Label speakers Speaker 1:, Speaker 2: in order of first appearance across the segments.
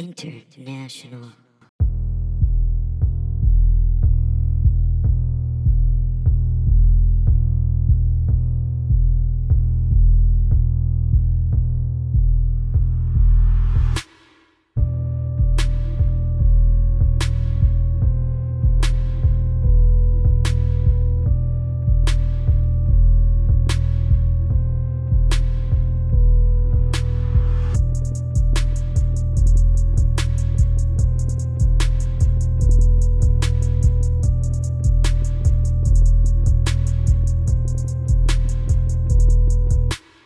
Speaker 1: International.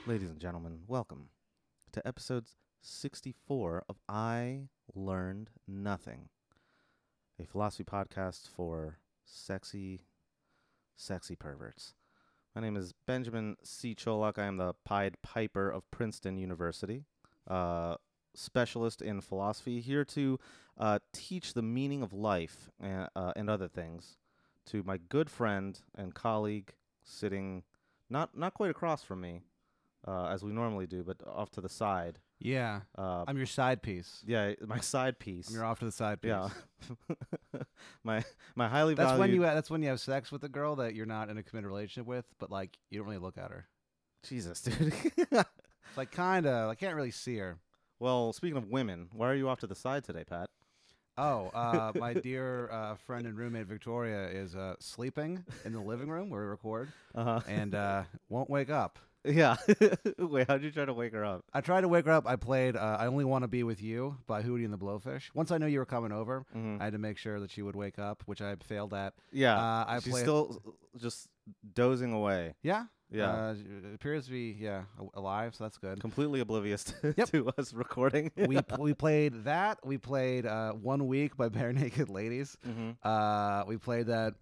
Speaker 2: Ladies and gentlemen, welcome to episode 64 of I Learned Nothing, a philosophy podcast for sexy, sexy perverts. My name is Benjamin C. Cholak. I am the Pied Piper of Princeton University, uh, specialist in philosophy, here to uh, teach the meaning of life and, uh, and other things to my good friend and colleague sitting not, not quite across from me uh, as we normally do, but off to the side.
Speaker 3: Yeah.
Speaker 2: Uh,
Speaker 3: I'm your side piece.
Speaker 2: yeah, my side piece.
Speaker 3: I'm your off to the side piece.
Speaker 2: yeah, my my highly
Speaker 3: That's when
Speaker 2: valued.
Speaker 3: you ha- that's when you have sex with a girl that you're not in a committed relationship with, but like you don't really look at her.
Speaker 2: Jesus, dude.
Speaker 3: It's like kinda, I can't really see her.
Speaker 2: well, speaking of women, why are you off to the side today, Pat?
Speaker 3: Oh, uh, my dear uh, friend and roommate Victoria is uh, sleeping in the living room where we record
Speaker 2: Uh-huh.
Speaker 3: and uh, won't wake up.
Speaker 2: yeah. Wait, how'd you try to wake her up?
Speaker 3: I tried to wake her up. I played uh, "I Only Want to Be with You" by Hootie and the Blowfish. Once I knew you were coming over,
Speaker 2: Mhm.
Speaker 3: I had to make sure that she would wake up, which I failed at.
Speaker 2: Yeah,
Speaker 3: Uh, I
Speaker 2: she's
Speaker 3: played.
Speaker 2: still just dozing away.
Speaker 3: yeah,
Speaker 2: Yeah,
Speaker 3: Uh, it appears to be yeah a- alive, so that's good.
Speaker 2: completely oblivious to,
Speaker 3: Yep.
Speaker 2: to us recording.
Speaker 3: we p- we played that. We played uh, one week by Bare Naked Ladies.
Speaker 2: hmm
Speaker 3: Uh, we played that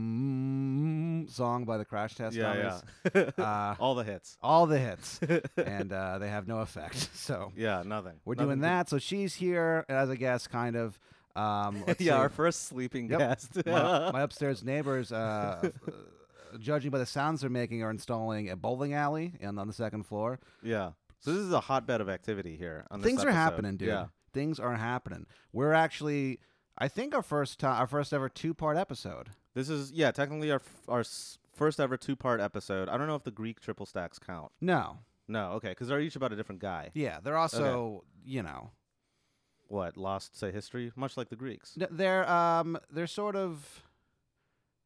Speaker 3: mm, song by the Crash Test
Speaker 2: Yeah,
Speaker 3: Dummies.
Speaker 2: yeah.
Speaker 3: Uh,
Speaker 2: All the hits.
Speaker 3: all the hits, and uh, they have no effect. So
Speaker 2: Yeah, nothing.
Speaker 3: we're
Speaker 2: Nothing
Speaker 3: doing
Speaker 2: to-
Speaker 3: that. So she's here as a guest, kind of. Um, let's
Speaker 2: yeah, our
Speaker 3: see.
Speaker 2: first sleeping
Speaker 3: Yep.
Speaker 2: guest.
Speaker 3: my, my upstairs neighbors, uh, f- uh, judging by the sounds they're making, are installing a bowling alley and on the second floor.
Speaker 2: Yeah. So this is a hotbed of activity here. On this
Speaker 3: things are
Speaker 2: episode.
Speaker 3: happening, dude.
Speaker 2: Yeah.
Speaker 3: Things are happening. We're actually, I think, our first time, our first ever two part episode.
Speaker 2: This is yeah, technically our f- our s- first ever two part episode. I don't know if the Greek triple stacks count.
Speaker 3: No,
Speaker 2: No, okay, because they're each about a different guy.
Speaker 3: yeah, they're also, you know,
Speaker 2: What lost say history, much like the Greeks.
Speaker 3: n- they're um, they're sort of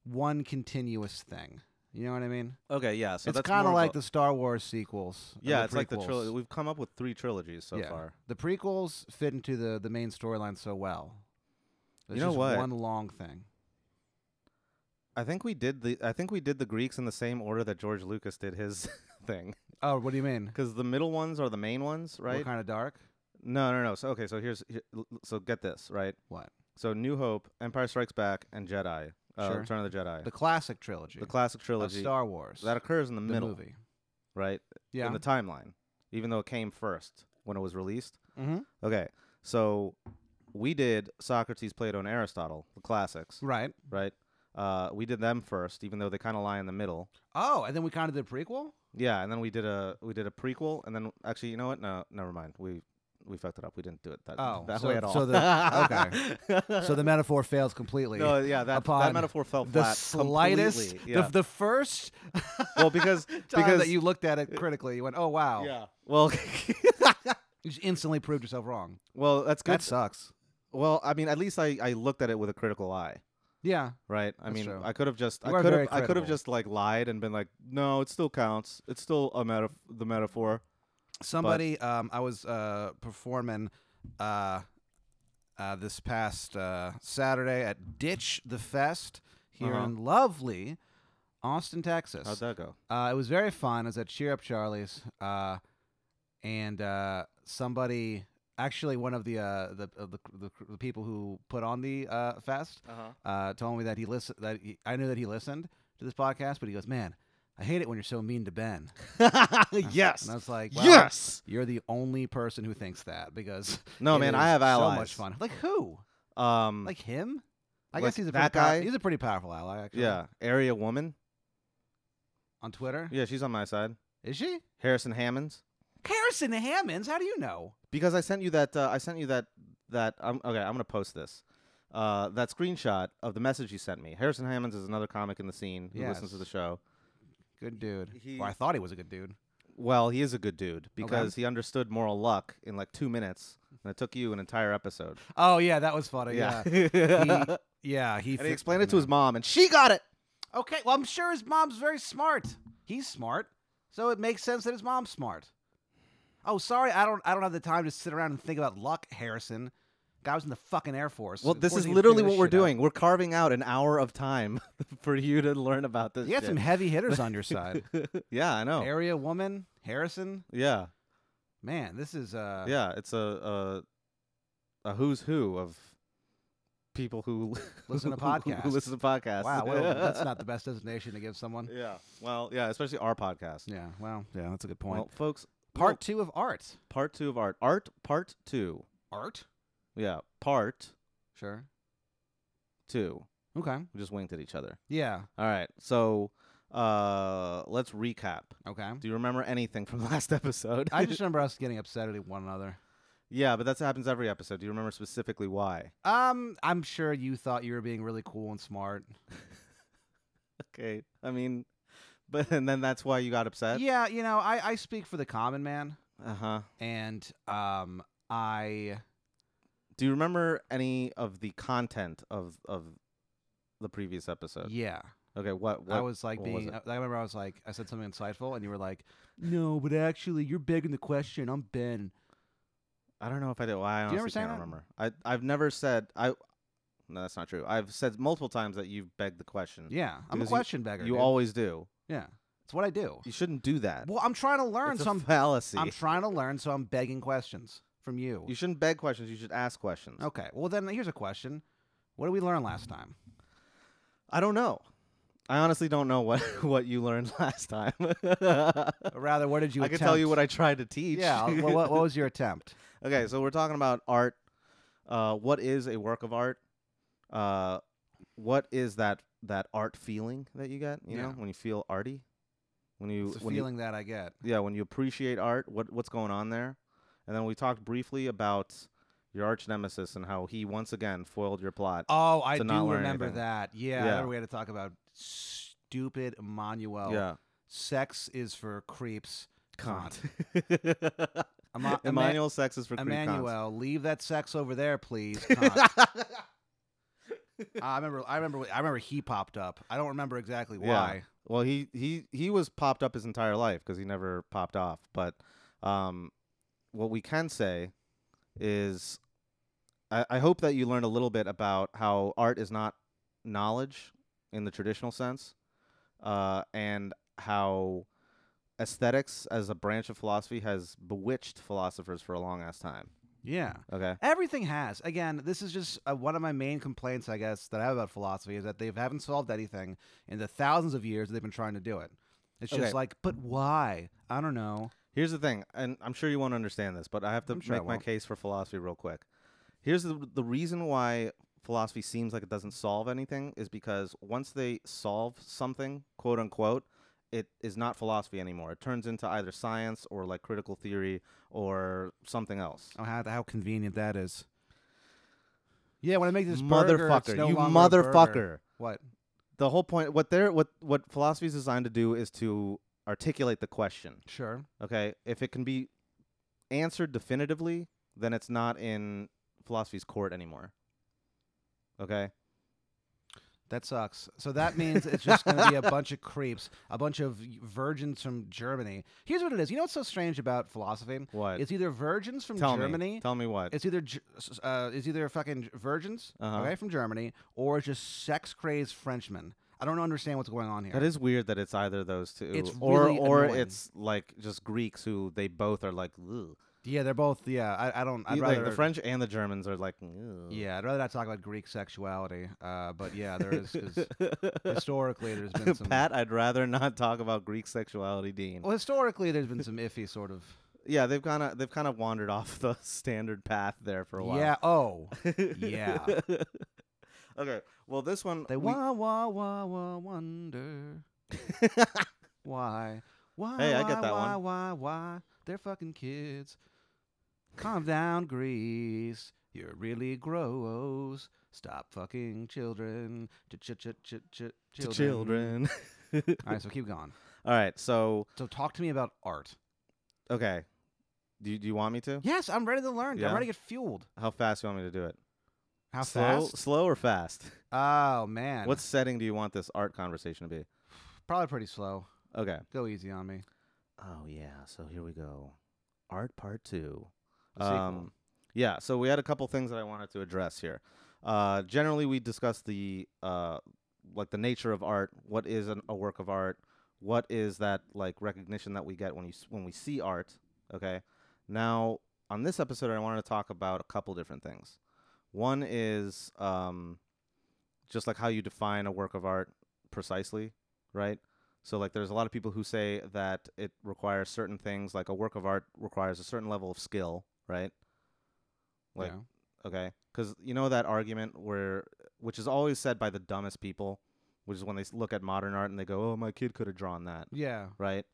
Speaker 3: one continuous thing. You know what I mean?
Speaker 2: Okay, yeah. So
Speaker 3: it's
Speaker 2: that's
Speaker 3: kind
Speaker 2: more
Speaker 3: of
Speaker 2: a-
Speaker 3: like the Star Wars sequels. or
Speaker 2: yeah, it's like the
Speaker 3: prequels.
Speaker 2: trilogy. We've come up with three trilogies so
Speaker 3: Yeah.
Speaker 2: far.
Speaker 3: The prequels fit into the the main storyline so well. It's
Speaker 2: You know
Speaker 3: just
Speaker 2: what?
Speaker 3: One long thing.
Speaker 2: I think we did the I think we did the Greeks in the same order that George Lucas did his thing
Speaker 3: Oh, what do you mean?
Speaker 2: because the middle ones are the main ones, right?
Speaker 3: kind of dark.
Speaker 2: No, no, no. So okay, so here's here, l- l- so get this right.
Speaker 3: What?
Speaker 2: So New Hope, Empire Strikes Back, and Jedi. Uh,
Speaker 3: Sure.
Speaker 2: Return of the Jedi.
Speaker 3: The classic trilogy.
Speaker 2: The classic
Speaker 3: of
Speaker 2: trilogy
Speaker 3: Star Wars.
Speaker 2: that occurs in the,
Speaker 3: the
Speaker 2: middle,
Speaker 3: movie.
Speaker 2: right?
Speaker 3: Yeah.
Speaker 2: In the timeline, even though it came first when it was released.
Speaker 3: mm-hmm.
Speaker 2: Okay, so we did Socrates, Plato, and Aristotle, the classics,
Speaker 3: Right.
Speaker 2: right? Uh, we did them first, even though they kind of lie in the middle.
Speaker 3: Oh, and then we kind of did a prequel.
Speaker 2: Yeah, and then we did a we did a prequel, and then actually, you know what? No, never mind. We we fucked it up. We didn't do it that,
Speaker 3: Oh,
Speaker 2: that
Speaker 3: so-
Speaker 2: way at all.
Speaker 3: so the-
Speaker 2: okay.
Speaker 3: So the metaphor fails completely.
Speaker 2: no, yeah, that, that
Speaker 3: upon
Speaker 2: metaphor fell
Speaker 3: the
Speaker 2: flat.
Speaker 3: slightest,
Speaker 2: completely, yeah.
Speaker 3: the, the first
Speaker 2: well, because
Speaker 3: time
Speaker 2: because
Speaker 3: that you looked at it critically, you went, "Oh wow!"
Speaker 2: yeah. Well,
Speaker 3: You just instantly proved yourself wrong.
Speaker 2: well, that's good.
Speaker 3: That sucks.
Speaker 2: Well, I mean, at least I, I looked at it with a critical eye,
Speaker 3: Yeah,
Speaker 2: right? I
Speaker 3: That's
Speaker 2: mean,
Speaker 3: true.
Speaker 2: I could have just
Speaker 3: You
Speaker 2: I
Speaker 3: are
Speaker 2: could
Speaker 3: very
Speaker 2: have I could have
Speaker 3: critical.
Speaker 2: just like lied and been like, no, it still counts. It's still a meta the metaphor.
Speaker 3: somebody. um, I was uh, performing uh, uh, this past uh, Saturday at Ditch the Fest here
Speaker 2: Uh-huh.
Speaker 3: in lovely Austin, Texas.
Speaker 2: How'd that go?
Speaker 3: Uh, it was very fun. I was at Cheer Up Charlie's, uh, and uh, somebody, actually one of the uh, the, of the the the people who put on the uh, fest,
Speaker 2: Uh huh.
Speaker 3: uh, told me that he listened. That he, I knew that he listened to this podcast, but he goes, "Man, I hate it when you're so mean to Ben." And I was-
Speaker 2: yes.
Speaker 3: And I was like, "Wow,
Speaker 2: yes.
Speaker 3: You're the only person who thinks that because
Speaker 2: No,
Speaker 3: it
Speaker 2: man, I
Speaker 3: is
Speaker 2: have allies.
Speaker 3: So much fun. Like who?
Speaker 2: Um.
Speaker 3: Like him? I
Speaker 2: Like
Speaker 3: guess he's a
Speaker 2: that
Speaker 3: pretty pow-
Speaker 2: guy?
Speaker 3: he's a pretty powerful ally. Actually,
Speaker 2: yeah, area woman.
Speaker 3: On Twitter,
Speaker 2: Yeah, she's on my side.
Speaker 3: is she?
Speaker 2: Harrison Hammonds.
Speaker 3: Harrison Hammonds. How do you know?
Speaker 2: because I sent you that. Uh, I sent you that. That um, okay. I'm gonna post this. Uh, that screenshot of the message you sent me. Harrison Hammonds is another comic in the scene who listens to
Speaker 3: Yes.
Speaker 2: the show.
Speaker 3: Good dude.
Speaker 2: He-
Speaker 3: well, I thought he was a good dude.
Speaker 2: Well, he is a good dude because he understood moral luck in like two minutes, and it took you an entire episode.
Speaker 3: Oh yeah, that was funny. Yeah.
Speaker 2: yeah,
Speaker 3: Yeah. He, yeah, he,
Speaker 2: and
Speaker 3: fi-
Speaker 2: he explained it to his mom, and she got it.
Speaker 3: Okay, well, I'm sure his mom's very smart. He's smart, so it makes sense that his mom's smart. Oh, sorry, I don't. I don't have the time to sit around and think about luck, Harrison. Guy was in the fucking Air Force.
Speaker 2: Well,
Speaker 3: Of
Speaker 2: this
Speaker 3: course
Speaker 2: is
Speaker 3: he'd
Speaker 2: literally
Speaker 3: figure
Speaker 2: what
Speaker 3: this
Speaker 2: we're
Speaker 3: shit out.
Speaker 2: doing. We're carving out an hour of time for you to learn about this.
Speaker 3: You got
Speaker 2: shit.
Speaker 3: some heavy hitters on your side.
Speaker 2: yeah, I know.
Speaker 3: Area woman, Harrison.
Speaker 2: Yeah,
Speaker 3: Man, this is uh.
Speaker 2: yeah. It's a, a a who's who of people who
Speaker 3: Listen to
Speaker 2: who- who- Who
Speaker 3: podcasts.
Speaker 2: listen to podcasts.
Speaker 3: Wow, well, that's not the best designation to give someone.
Speaker 2: Yeah. Well, yeah, especially our podcast.
Speaker 3: Yeah. Well. Yeah, that's a good point.
Speaker 2: Well, folks,
Speaker 3: Part two of art.
Speaker 2: well, part two of art. Art part two.
Speaker 3: Art.
Speaker 2: Yeah, part
Speaker 3: Sure.
Speaker 2: two.
Speaker 3: Okay.
Speaker 2: We just winked at each other.
Speaker 3: Yeah.
Speaker 2: All right. So, uh, let's recap.
Speaker 3: Okay.
Speaker 2: Do you remember anything from last episode?
Speaker 3: I just remember us getting upset at one another.
Speaker 2: yeah, but that happens every episode. Do you remember specifically why?
Speaker 3: Um, I'm sure you thought you were being really cool and smart.
Speaker 2: Okay. I mean, but and then that's why you got upset.
Speaker 3: yeah, you know, I, I speak for the common man,
Speaker 2: Uh huh.
Speaker 3: and um, I
Speaker 2: Do you remember any of the content of of the previous episode?
Speaker 3: yeah,
Speaker 2: Okay. What? Uh, What?
Speaker 3: I was like
Speaker 2: what was
Speaker 3: being.
Speaker 2: it?
Speaker 3: I I remember I was like, I said something insightful, and you were like, "No, but actually, you're begging the question. I'm Ben."
Speaker 2: I don't know if I did. Well, I honestly
Speaker 3: Do you ever say
Speaker 2: can't
Speaker 3: that?
Speaker 2: remember. I I've never said I. No, that's not true. I've said multiple times that you've begged the question.
Speaker 3: Yeah, I'm a
Speaker 2: Because you-
Speaker 3: question beggar.
Speaker 2: you
Speaker 3: dude.
Speaker 2: always do.
Speaker 3: yeah, it's what I do.
Speaker 2: You shouldn't do that.
Speaker 3: Well, I'm trying to learn,
Speaker 2: it's
Speaker 3: so
Speaker 2: a
Speaker 3: I'm
Speaker 2: fallacy.
Speaker 3: I'm trying to learn, so I'm begging questions from you.
Speaker 2: you shouldn't beg questions. You should ask questions.
Speaker 3: okay, well then here's a question: What did we learn last time?
Speaker 2: I don't know. I honestly don't know what what you learned last time.
Speaker 3: Or rather, what did you?
Speaker 2: I can tell you
Speaker 3: attempt?
Speaker 2: what I tried to teach.
Speaker 3: Yeah. Well, what, what was your attempt?
Speaker 2: Okay, so we're talking about art. Uh, what is a work of art? Uh, what is that that art feeling that you get? You know,
Speaker 3: Yeah.
Speaker 2: when you feel arty, when you
Speaker 3: It's a
Speaker 2: when you-
Speaker 3: feeling that I get.
Speaker 2: yeah, when you appreciate art, what what's going on there? And then we talked briefly about your arch nemesis and how he once again foiled your plot.
Speaker 3: Oh, I
Speaker 2: to
Speaker 3: do
Speaker 2: not learn
Speaker 3: remember
Speaker 2: anything.
Speaker 3: that. Yeah, I
Speaker 2: Yeah.
Speaker 3: remember we had to talk about stupid Emmanuel.
Speaker 2: yeah,
Speaker 3: Sex is for creeps.
Speaker 2: Kant.
Speaker 3: Emma- Emma-
Speaker 2: Emmanuel sex is for creep cons.
Speaker 3: Emmanuel, leave that sex over there, please. Kant. I remember. I remember. I remember he popped up. I don't remember exactly
Speaker 2: Yeah.
Speaker 3: why.
Speaker 2: Well, he he he was popped up his entire life because he never popped off. But um, what we can say is, I, I hope that you learned a little bit about how art is not knowledge in the traditional sense, uh, and how aesthetics as a branch of philosophy has bewitched philosophers for a long ass time.
Speaker 3: Yeah.
Speaker 2: Okay.
Speaker 3: Everything has. Again, this is just uh, one of my main complaints, I guess, that I have about philosophy is that they haven't solved anything in the thousands of years they've been trying to do it. It's just
Speaker 2: Okay.
Speaker 3: like, but why? I don't know.
Speaker 2: Here's the thing, and I'm sure you won't understand this, but I have to
Speaker 3: I'm sure I
Speaker 2: make my
Speaker 3: won't.
Speaker 2: case for philosophy real quick. Here's the the reason why philosophy seems like it doesn't solve anything is because once they solve something, quote unquote, it is not philosophy anymore. It turns into either science or like critical theory or something else.
Speaker 3: Oh, how, how convenient that is. Yeah, when I make this burger, it's
Speaker 2: motherfucker,
Speaker 3: no
Speaker 2: you
Speaker 3: longer a burger.
Speaker 2: motherfucker.
Speaker 3: What?
Speaker 2: The whole point what they're what what philosophy is designed to do is to articulate the question.
Speaker 3: Sure.
Speaker 2: Okay, if it can be answered definitively, then it's not in philosophy's court anymore. Okay,
Speaker 3: That sucks. So that means it's just going to be a bunch of creeps, a bunch of virgins from Germany. Here's what it is. You know what's so strange about philosophy?
Speaker 2: what?
Speaker 3: It's either virgins from
Speaker 2: tell
Speaker 3: Germany.
Speaker 2: me. Tell me what.
Speaker 3: It's either Ge- s- uh, it's either fucking virgins,
Speaker 2: Uh-huh.
Speaker 3: okay, from Germany, or it's just sex crazed Frenchmen. I don't understand what's going on here.
Speaker 2: That is weird that it's either those two,
Speaker 3: It's
Speaker 2: or
Speaker 3: really
Speaker 2: or
Speaker 3: annoying.
Speaker 2: it's like just Greeks who they both are like, Ugh.
Speaker 3: yeah, they're both. Yeah, I, I don't. I'd
Speaker 2: You-
Speaker 3: rather
Speaker 2: like the French and the Germans are like, Ugh.
Speaker 3: Yeah, I'd rather not talk about Greek sexuality. Uh, but yeah, there is 'cause historically there's been some.
Speaker 2: Pat, I'd rather not talk about Greek sexuality, Dean.
Speaker 3: well, historically there's been some iffy sort of.
Speaker 2: Yeah, they've kind of they've kind of wandered off the standard path there for a while.
Speaker 3: Yeah. Oh. yeah.
Speaker 2: okay. Well, this one
Speaker 3: They
Speaker 2: we-
Speaker 3: wah wah wah wah wonder why. Why,
Speaker 2: Hey, I
Speaker 3: why,
Speaker 2: get that
Speaker 3: why,
Speaker 2: one.
Speaker 3: Why, why, They're fucking kids. Calm down, Grease. You're really gross. Stop fucking children. Ch- ch- ch- ch- ch-
Speaker 2: To
Speaker 3: children.
Speaker 2: children.
Speaker 3: All right, so keep going.
Speaker 2: All right. So
Speaker 3: So talk to me about art.
Speaker 2: okay, do you, do you want me to?
Speaker 3: Yes, I'm ready to learn.
Speaker 2: Yeah?
Speaker 3: I'm ready to get fueled.
Speaker 2: How fast do you want me to do it?
Speaker 3: How
Speaker 2: slow,
Speaker 3: fast?
Speaker 2: slow or fast?
Speaker 3: Oh man,
Speaker 2: What setting do you want this art conversation to be?
Speaker 3: probably pretty slow.
Speaker 2: Okay.
Speaker 3: Go easy on me.
Speaker 2: Oh yeah. So here we go. Art part two. Um,
Speaker 3: The sequel.
Speaker 2: yeah. So we had a couple things that I wanted to address here. Uh, generally, we discussed the uh, like the nature of art. What is an, a work of art? What is that like recognition that we get when you s- when we see art? Okay. Now on this episode, I wanted to talk about a couple different things. One is um, just like how you define a work of art precisely, right? So like there's a lot of people who say that it requires certain things like a work of art requires a certain level of skill, right? Like
Speaker 3: Yeah.
Speaker 2: okay, cuz you know that argument where which is always said by the dumbest people, which is when they s- look at modern art and they go, "Oh, my kid could have drawn that."
Speaker 3: yeah.
Speaker 2: Right?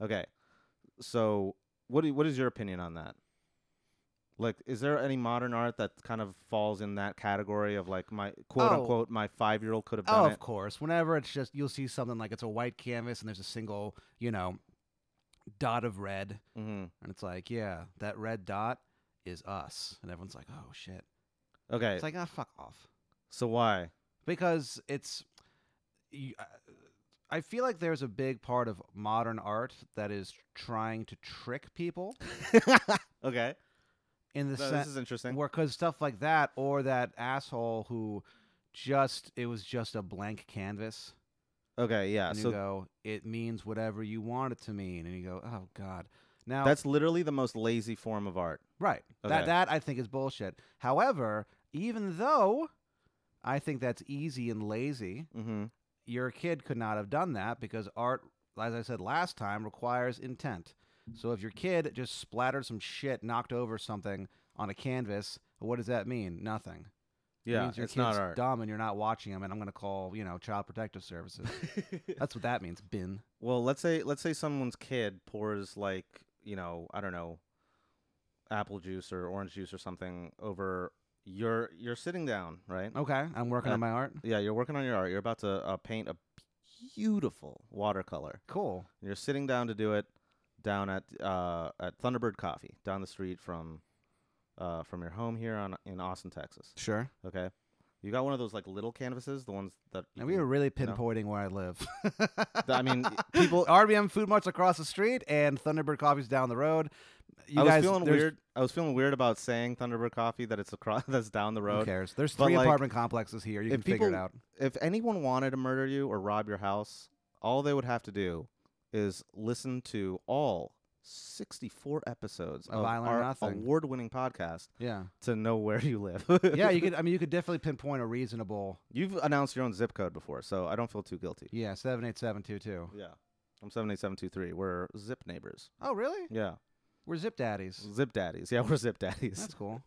Speaker 2: Okay. So what do, what is your opinion on that? Like is there any modern art that kind of falls in that category of like my quote
Speaker 3: Oh.
Speaker 2: unquote my 5-year-old could have
Speaker 3: Oh,
Speaker 2: done
Speaker 3: of
Speaker 2: it?
Speaker 3: course. Whenever it's just you'll see something like it's a white canvas and there's a single, you know, dot of red,
Speaker 2: Mhm.
Speaker 3: and it's like, yeah, that red dot is us, and everyone's like, oh shit.
Speaker 2: Okay.
Speaker 3: It's like, ah, fuck off,
Speaker 2: so why?
Speaker 3: because it's. You, uh, I feel like there's a big part of modern art that is trying to trick people
Speaker 2: okay.
Speaker 3: in the
Speaker 2: No,
Speaker 3: sense
Speaker 2: this is interesting.
Speaker 3: where because stuff like that or that asshole who just it was just a blank canvas
Speaker 2: Okay, yeah.
Speaker 3: and
Speaker 2: So
Speaker 3: you go it means whatever you want it to mean and you go oh god now
Speaker 2: that's literally the most lazy form of art.
Speaker 3: right
Speaker 2: okay.
Speaker 3: that that i think is bullshit however even though i think that's easy and lazy
Speaker 2: Mm-hmm.
Speaker 3: your kid could not have done that because art as i said last time requires intent so if your kid just splattered some shit knocked over something on a canvas what does that mean nothing
Speaker 2: Yeah,
Speaker 3: means your
Speaker 2: it's not
Speaker 3: kid's
Speaker 2: art.
Speaker 3: dumb and you're not watching them, and I'm going to call, you know, child protective services. That's what that means, bin.
Speaker 2: well, let's say let's say someone's kid pours like you know I don't know, apple juice or orange juice or something over. You're you're sitting down, right?
Speaker 3: Okay, I'm working
Speaker 2: Uh,
Speaker 3: on my art.
Speaker 2: Yeah, you're working on your art. You're about to uh, paint a beautiful watercolor.
Speaker 3: Cool.
Speaker 2: You're sitting down to do it down at uh, at Thunderbird Coffee down the street from uh, from your home here on in Austin, Texas.
Speaker 3: Sure.
Speaker 2: Okay. You got one of those like little canvases, the ones that. you
Speaker 3: And we were
Speaker 2: can-
Speaker 3: really pinpointing where I live.
Speaker 2: I mean, y- people-
Speaker 3: RBM Food Mart's across the street, and Thunderbird Coffee's down the road. You
Speaker 2: I was
Speaker 3: guys,
Speaker 2: feeling
Speaker 3: there's-
Speaker 2: weird. I was feeling weird about saying Thunderbird Coffee that it's across that's down the
Speaker 3: Who
Speaker 2: road.
Speaker 3: cares? There's
Speaker 2: But,
Speaker 3: three
Speaker 2: like,
Speaker 3: apartment complexes here. You
Speaker 2: if
Speaker 3: can figure it
Speaker 2: people-
Speaker 3: out.
Speaker 2: If anyone wanted to murder you or rob your house, all they would have to do is listen to all 64 episodes
Speaker 3: Of
Speaker 2: of
Speaker 3: I Learn
Speaker 2: our
Speaker 3: Nothing.
Speaker 2: award-winning podcast
Speaker 3: Yeah.
Speaker 2: to know where you live.
Speaker 3: Yeah, you could. I mean, you could definitely pinpoint a reasonable.
Speaker 2: You've announced your own zip code before, so I don't feel too guilty.
Speaker 3: Yeah, seven eight seven two two.
Speaker 2: Yeah. I'm 78723. We're zip neighbors.
Speaker 3: Oh, really?
Speaker 2: Yeah.
Speaker 3: We're zip daddies.
Speaker 2: Zip daddies. Yeah, we're zip daddies.
Speaker 3: That's cool.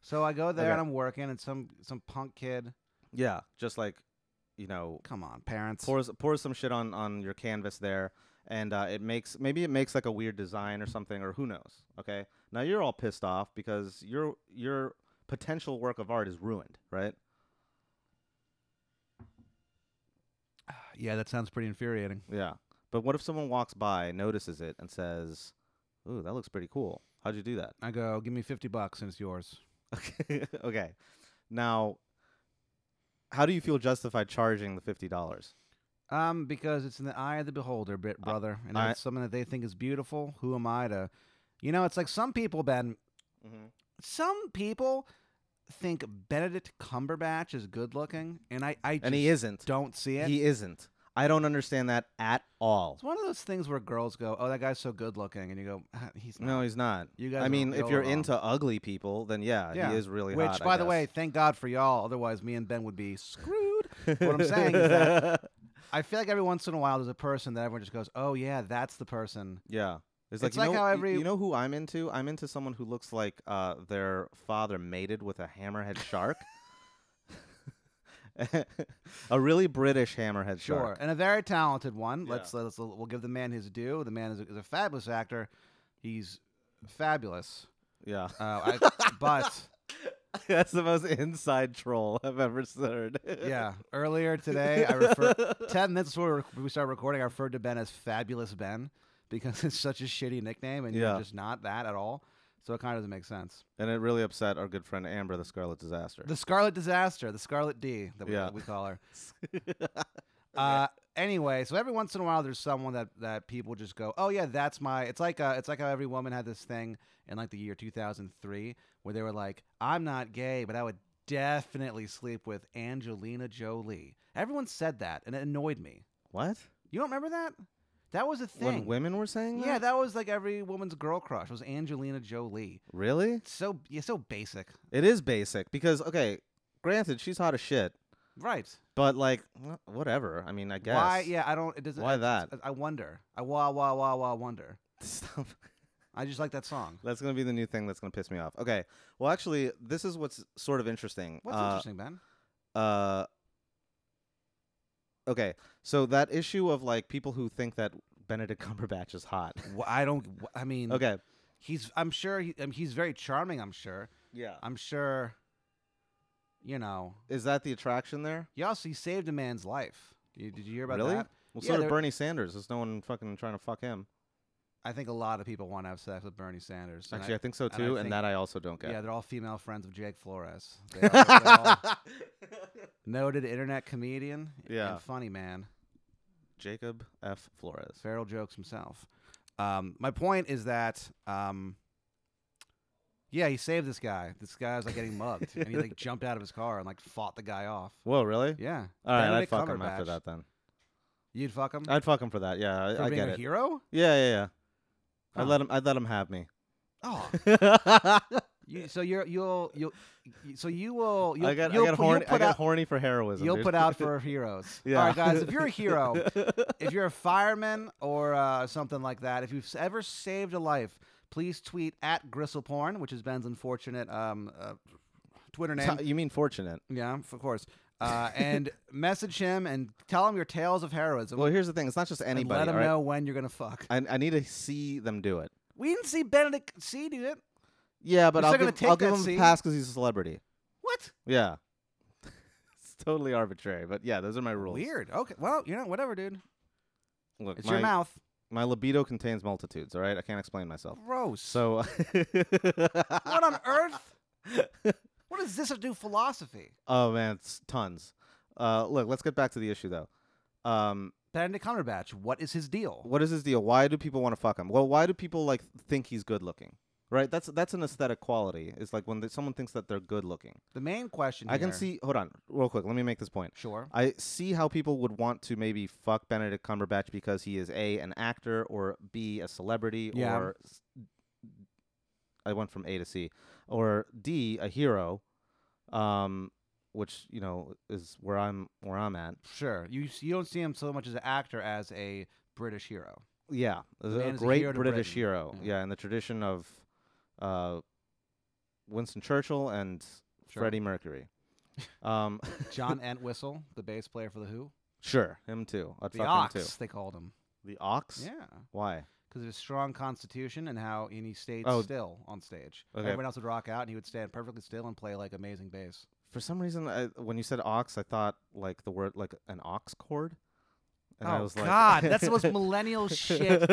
Speaker 3: So I go there
Speaker 2: Okay.
Speaker 3: and I'm working, and some some punk kid.
Speaker 2: yeah, just like you know,
Speaker 3: Come on, parents.
Speaker 2: pours pours some shit on on your canvas there, and uh, it makes maybe it makes like a weird design or something, or who knows? Okay, now you're all pissed off because your your potential work of art is ruined, right?
Speaker 3: Yeah, that sounds pretty infuriating.
Speaker 2: Yeah, but what if someone walks by, notices it, and says, "Ooh, that looks pretty cool. How'd you do that?"
Speaker 3: I go, give me 50 bucks and it's yours.
Speaker 2: Okay, okay. Now, how do you feel justified charging the fifty dollars?
Speaker 3: Um, because it's in the eye of the beholder, bit brother. and if
Speaker 2: I-
Speaker 3: it's something that they think is beautiful, who am I to? You know, it's like some people, Ben,
Speaker 2: Mm-hmm.
Speaker 3: some people think Benedict Cumberbatch is good looking, and I, I just
Speaker 2: And he isn't.
Speaker 3: don't see it.
Speaker 2: He isn't. I don't understand that at all.
Speaker 3: it's one of those things where girls go, oh, that guy's so good looking. And you go, "Ah, he's not.
Speaker 2: No, he's not.
Speaker 3: you guys
Speaker 2: I
Speaker 3: are-
Speaker 2: mean,
Speaker 3: y'all
Speaker 2: if
Speaker 3: are
Speaker 2: you're
Speaker 3: wrong."
Speaker 2: into ugly people, then yeah,
Speaker 3: Yeah.
Speaker 2: he is really
Speaker 3: Which,
Speaker 2: hot. I
Speaker 3: by the
Speaker 2: guess.
Speaker 3: way, thank God for y'all. Otherwise, me and Ben would be screwed. what I'm saying is that- I feel like every once in a while, there's a person that everyone just goes, "Oh yeah, that's the person."
Speaker 2: yeah, it's like,
Speaker 3: It's
Speaker 2: you
Speaker 3: like
Speaker 2: know,
Speaker 3: how
Speaker 2: y-
Speaker 3: every-
Speaker 2: you know who I'm into. I'm into someone who looks like uh, their father mated with a hammerhead shark, a really British hammerhead
Speaker 3: Sure,
Speaker 2: shark.
Speaker 3: and a very talented one.
Speaker 2: Yeah.
Speaker 3: Let's, let's we'll give the man his due. The man is a, is a fabulous actor. He's fabulous.
Speaker 2: Yeah.
Speaker 3: Uh, I, but
Speaker 2: That's the most inside troll I've ever heard.
Speaker 3: yeah, earlier today I refer ten minutes before we started recording, I referred to Ben as Fabulous Ben because it's such a shitty nickname, and
Speaker 2: Yeah.
Speaker 3: you're just not that at all. So it kind of doesn't make sense.
Speaker 2: And it really upset our good friend Amber, the Scarlet Disaster.
Speaker 3: The Scarlet Disaster, the Scarlet D that we,
Speaker 2: Yeah.
Speaker 3: we call her. Uh, anyway, so every once in a while, there's someone that that people just go, "Oh yeah, that's my." It's like uh, it's like how every woman had this thing in like the year 2003 where they were like, "I'm not gay, but I would definitely sleep with Angelina Jolie." Everyone said that, and it annoyed me.
Speaker 2: what?
Speaker 3: You don't remember that? That was a
Speaker 2: When
Speaker 3: thing.
Speaker 2: women were saying that?
Speaker 3: yeah, that was like every woman's girl crush was Angelina Jolie.
Speaker 2: Really?
Speaker 3: It's so yeah, so basic,
Speaker 2: It is basic because okay, granted she's hot as shit,
Speaker 3: right?
Speaker 2: but like wh- whatever. I mean, I guess.
Speaker 3: Why? Yeah, I don't. It doesn't.
Speaker 2: Why
Speaker 3: I-
Speaker 2: that?
Speaker 3: I wonder. I wah wah wah wah wonder.
Speaker 2: Stop.
Speaker 3: I just like that song.
Speaker 2: That's gonna be the new thing that's gonna piss me off. Okay. Well, actually, this is what's sort of interesting.
Speaker 3: What's
Speaker 2: Uh,
Speaker 3: interesting, Ben?
Speaker 2: uh okay so that issue of like people who think that benedict cumberbatch is hot
Speaker 3: Wh- I don't. wh- I mean,
Speaker 2: okay
Speaker 3: he's. I'm sure he, um, he's very charming. I'm sure.
Speaker 2: yeah
Speaker 3: I'm sure. You know.
Speaker 2: is that the attraction there
Speaker 3: He also he saved a man's life. You, did you hear about
Speaker 2: Really?
Speaker 3: that?
Speaker 2: well
Speaker 3: Yeah,
Speaker 2: so did
Speaker 3: there-
Speaker 2: bernie sanders there's no one fucking trying to fuck him
Speaker 3: I think a lot of people want to have sex with Bernie Sanders. and I-
Speaker 2: actually i think so
Speaker 3: I
Speaker 2: too and
Speaker 3: think-
Speaker 2: that i also don't get
Speaker 3: yeah, they're all female friends of Jake Flores. They are, they're all noted internet comedian
Speaker 2: Yeah.
Speaker 3: and funny man.
Speaker 2: jacob f flores
Speaker 3: Farrell jokes himself. Um, my point is that, um, yeah, he saved this guy. This guy was like getting mugged, and he like jumped out of his car and like fought the guy off.
Speaker 2: whoa really
Speaker 3: Yeah,
Speaker 2: all right i'd
Speaker 3: Benedict
Speaker 2: fuck him after
Speaker 3: Cumberbatch.
Speaker 2: that then
Speaker 3: You'd fuck him
Speaker 2: i'd fuck him for that yeah
Speaker 3: for
Speaker 2: i, I
Speaker 3: being
Speaker 2: get
Speaker 3: a Oh.
Speaker 2: it
Speaker 3: hero.
Speaker 2: yeah yeah yeah i'd
Speaker 3: Huh.
Speaker 2: let him i'd let him have me
Speaker 3: Oh,
Speaker 2: i
Speaker 3: you, so you're you'll you'll you- so you will you'll,
Speaker 2: got, I
Speaker 3: you'll,
Speaker 2: got
Speaker 3: pu- you'll
Speaker 2: horny i
Speaker 3: put
Speaker 2: got
Speaker 3: out
Speaker 2: horny for heroism
Speaker 3: you'll
Speaker 2: dude.
Speaker 3: put out for heroes.
Speaker 2: Yeah.
Speaker 3: All right, guys, if you're a hero, if you're a fireman or uh, something like that, if you've s- ever saved a life, please tweet at gristleporn, which is Ben's unfortunate um, uh, Twitter name.
Speaker 2: you mean fortunate?
Speaker 3: yeah, of course. Uh, and message him and tell him your tales of heroism.
Speaker 2: Well, here's the thing: it's not just
Speaker 3: and
Speaker 2: anybody.
Speaker 3: let him
Speaker 2: all right?
Speaker 3: know when you're gonna fuck.
Speaker 2: I, I need to see them do it.
Speaker 3: We didn't see Benedict C do it.
Speaker 2: Yeah, but I'll
Speaker 3: You're still gonna
Speaker 2: give, I'll
Speaker 3: take
Speaker 2: give
Speaker 3: that
Speaker 2: him
Speaker 3: scene?
Speaker 2: a pass because he's a celebrity.
Speaker 3: What?
Speaker 2: Yeah, it's totally arbitrary, but yeah, those are my rules.
Speaker 3: Weird. Okay. Well, you know, whatever, dude.
Speaker 2: Look,
Speaker 3: It's
Speaker 2: my,
Speaker 3: your mouth.
Speaker 2: my libido contains multitudes. All right, I can't explain myself.
Speaker 3: Gross.
Speaker 2: So,
Speaker 3: what on earth? What does this have to do with philosophy?
Speaker 2: oh man, it's tons. Uh, look, let's get back to the issue though. Um,
Speaker 3: Benedict Cumberbatch. What is his deal?
Speaker 2: what is his deal? Why do people want to fuck him? Well, why do people like think he's good looking? Right, that's that's an aesthetic quality. It's like when th- someone thinks that they're good looking.
Speaker 3: The main question.
Speaker 2: I can
Speaker 3: here-
Speaker 2: see. Hold on, real quick. Let me make this point.
Speaker 3: Sure.
Speaker 2: I see how people would want to maybe fuck Benedict Cumberbatch because he is a an actor or b a celebrity
Speaker 3: Yeah.
Speaker 2: or s- I went from A to C or d a hero, um, which you know is where I'm where I'm at.
Speaker 3: Sure. You s- you don't see him so much as an actor as a British hero.
Speaker 2: Yeah,
Speaker 3: man
Speaker 2: a
Speaker 3: is a
Speaker 2: great
Speaker 3: hero to
Speaker 2: British
Speaker 3: Britain.
Speaker 2: hero.
Speaker 3: Mm-hmm. Yeah.
Speaker 2: Yeah. in the tradition of uh, Winston Churchill and
Speaker 3: Sure.
Speaker 2: Freddie Mercury. Um,
Speaker 3: John Entwistle, the bass player for the Who.
Speaker 2: sure, him too. I'd
Speaker 3: The
Speaker 2: fuck
Speaker 3: Ox,
Speaker 2: him too.
Speaker 3: they called him.
Speaker 2: The ox.
Speaker 3: Yeah,
Speaker 2: Why?
Speaker 3: because of his strong constitution and how and he stayed
Speaker 2: Oh.
Speaker 3: still on stage.
Speaker 2: Okay.
Speaker 3: Everyone else would rock out, and he would stand perfectly still and play like amazing bass.
Speaker 2: For some reason, I, when you said ox, I thought like the word like an ox cord, and I
Speaker 3: oh
Speaker 2: was like,
Speaker 3: God, that's the most millennial shit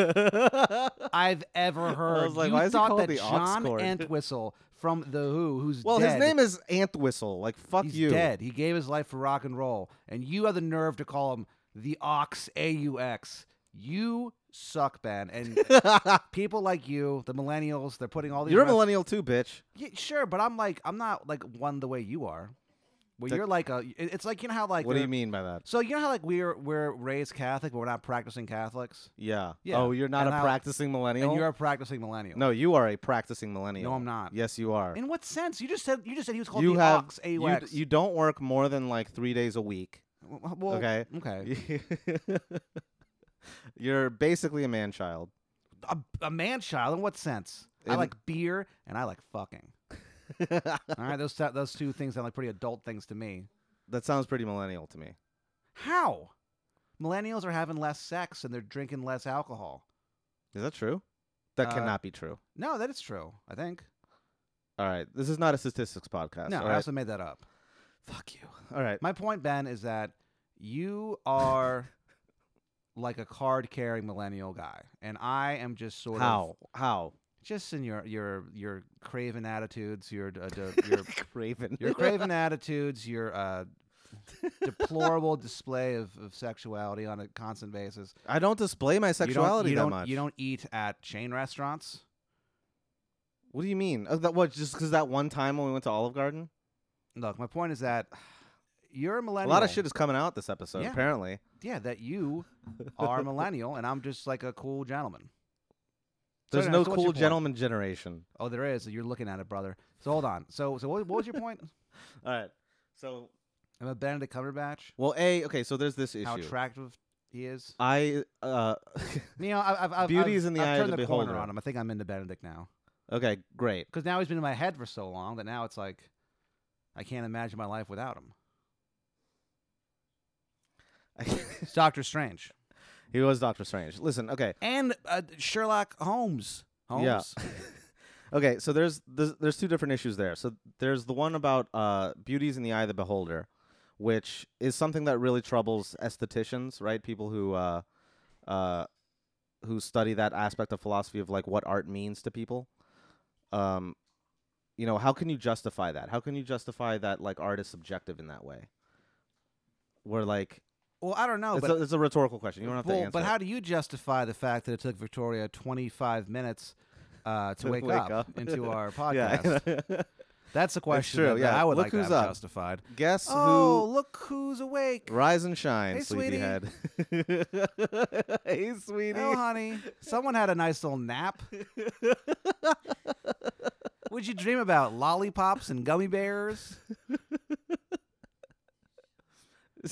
Speaker 3: I've ever heard.
Speaker 2: was like,
Speaker 3: you
Speaker 2: why is he
Speaker 3: thought
Speaker 2: called
Speaker 3: that
Speaker 2: the Ox
Speaker 3: John
Speaker 2: Cord?
Speaker 3: Entwistle from the Who, who's
Speaker 2: well,
Speaker 3: dead,
Speaker 2: his name is Antwhistle. Like, fuck
Speaker 3: he's
Speaker 2: you.
Speaker 3: dead. He gave his life for rock and roll, and you have the nerve to call him the Ox A U X. You suck, Ben, and people like you, the millennials, they're putting all these.
Speaker 2: You're a
Speaker 3: rest-
Speaker 2: millennial too, bitch.
Speaker 3: Yeah, sure, but I'm like, I'm not like one the way you are. Well,
Speaker 2: The-
Speaker 3: you're like a. it- It's like you know how like.
Speaker 2: what do you
Speaker 3: they're-
Speaker 2: mean by that?
Speaker 3: So you know how like we're we're raised Catholic, but we're not practicing Catholics,
Speaker 2: Yeah.
Speaker 3: Yeah.
Speaker 2: Oh, you're not
Speaker 3: And
Speaker 2: a
Speaker 3: I'll-
Speaker 2: practicing millennial.
Speaker 3: and you're a practicing millennial.
Speaker 2: no, you are a practicing millennial.
Speaker 3: no, I'm not.
Speaker 2: Yes, you are.
Speaker 3: In what sense? You just said you just said he was called
Speaker 2: you
Speaker 3: the
Speaker 2: have
Speaker 3: Ox.
Speaker 2: you, d-
Speaker 3: AUX.
Speaker 2: you don't work more than like three days a week.
Speaker 3: W- well,
Speaker 2: okay.
Speaker 3: Okay.
Speaker 2: you're basically a man child.
Speaker 3: A, a man child. In what sense? I
Speaker 2: In-
Speaker 3: like beer and I like fucking. All right, those sou- those two things sound like pretty adult things to me.
Speaker 2: that sounds pretty millennial to me.
Speaker 3: How? Millennials are having less sex and they're drinking less alcohol.
Speaker 2: Is that true? That
Speaker 3: Uh,
Speaker 2: cannot be true.
Speaker 3: No, that is true. I think.
Speaker 2: All right. This is not a statistics podcast.
Speaker 3: no,
Speaker 2: all
Speaker 3: I
Speaker 2: right?
Speaker 3: also made that up.
Speaker 2: Fuck you. All right.
Speaker 3: My point, Ben, is that you are like a card-carrying millennial guy, and I am just sort of
Speaker 2: How? How?
Speaker 3: just in your your your craven attitudes, your uh, de- your
Speaker 2: craven.
Speaker 3: your craven attitudes, your uh, deplorable display of, of sexuality on a constant basis.
Speaker 2: I don't display my
Speaker 3: You don't-
Speaker 2: sexuality
Speaker 3: you
Speaker 2: that
Speaker 3: don't,
Speaker 2: much.
Speaker 3: You don't eat at chain restaurants.
Speaker 2: What do you mean? Uh, that what? Just because that one time when we went to Olive Garden,
Speaker 3: Look, my point is that you're a
Speaker 2: a
Speaker 3: millennial.
Speaker 2: lot of shit is coming out this episode.
Speaker 3: Yeah.
Speaker 2: Apparently,
Speaker 3: Yeah, that you are a millennial, and I'm just like a cool gentleman. So
Speaker 2: there's
Speaker 3: anyway,
Speaker 2: no
Speaker 3: so what's your
Speaker 2: cool
Speaker 3: point?
Speaker 2: gentleman generation.
Speaker 3: Oh, there is. You're looking at it, brother. So hold on. So, so what, what was your point?
Speaker 2: All right. So,
Speaker 3: I'm a Benedict Cumberbatch.
Speaker 2: well, a okay. So there's this issue.
Speaker 3: How attractive he is.
Speaker 2: I uh,
Speaker 3: You know, I- I've, I've,
Speaker 2: Beauty
Speaker 3: I've,
Speaker 2: is in the
Speaker 3: I've
Speaker 2: eye of
Speaker 3: turned
Speaker 2: the
Speaker 3: corner
Speaker 2: beholder.
Speaker 3: on him. I think I'm into Benedict now.
Speaker 2: okay, great.
Speaker 3: because now he's been in my head for so long that now it's like I can't imagine my life without him. It's Doctor Strange
Speaker 2: he was Doctor Strange. Listen, okay,
Speaker 3: and uh, Sherlock Holmes. Holmes.
Speaker 2: Yeah. okay. So there's, there's there's two different issues there. So there's the one about uh, beauty's in the eye of the beholder, which is something that really troubles estheticians, right? People who uh, uh, who study that aspect of philosophy of like what art means to people. Um, you know, how can you justify that? How can you justify that like art is subjective in that way? Where like
Speaker 3: Well, I don't know,
Speaker 2: it's,
Speaker 3: but
Speaker 2: a, it's a rhetorical question. You don't have
Speaker 3: well,
Speaker 2: to answer.
Speaker 3: but
Speaker 2: it.
Speaker 3: how do you justify the fact that it took Victoria 25 minutes uh, to, wake, up, into our podcast?
Speaker 2: Yeah.
Speaker 3: That's a question
Speaker 2: true,
Speaker 3: that- that
Speaker 2: yeah.
Speaker 3: I would
Speaker 2: Look
Speaker 3: like to
Speaker 2: who's
Speaker 3: have
Speaker 2: up.
Speaker 3: justified.
Speaker 2: Guess who
Speaker 3: Oh, look who's awake!
Speaker 2: Rise and shine,
Speaker 3: Hey, sweetie.
Speaker 2: sleepyhead. hey, sweetie.
Speaker 3: Oh, honey, someone had a nice little nap. What'd you dream about? Lollipops and gummy bears?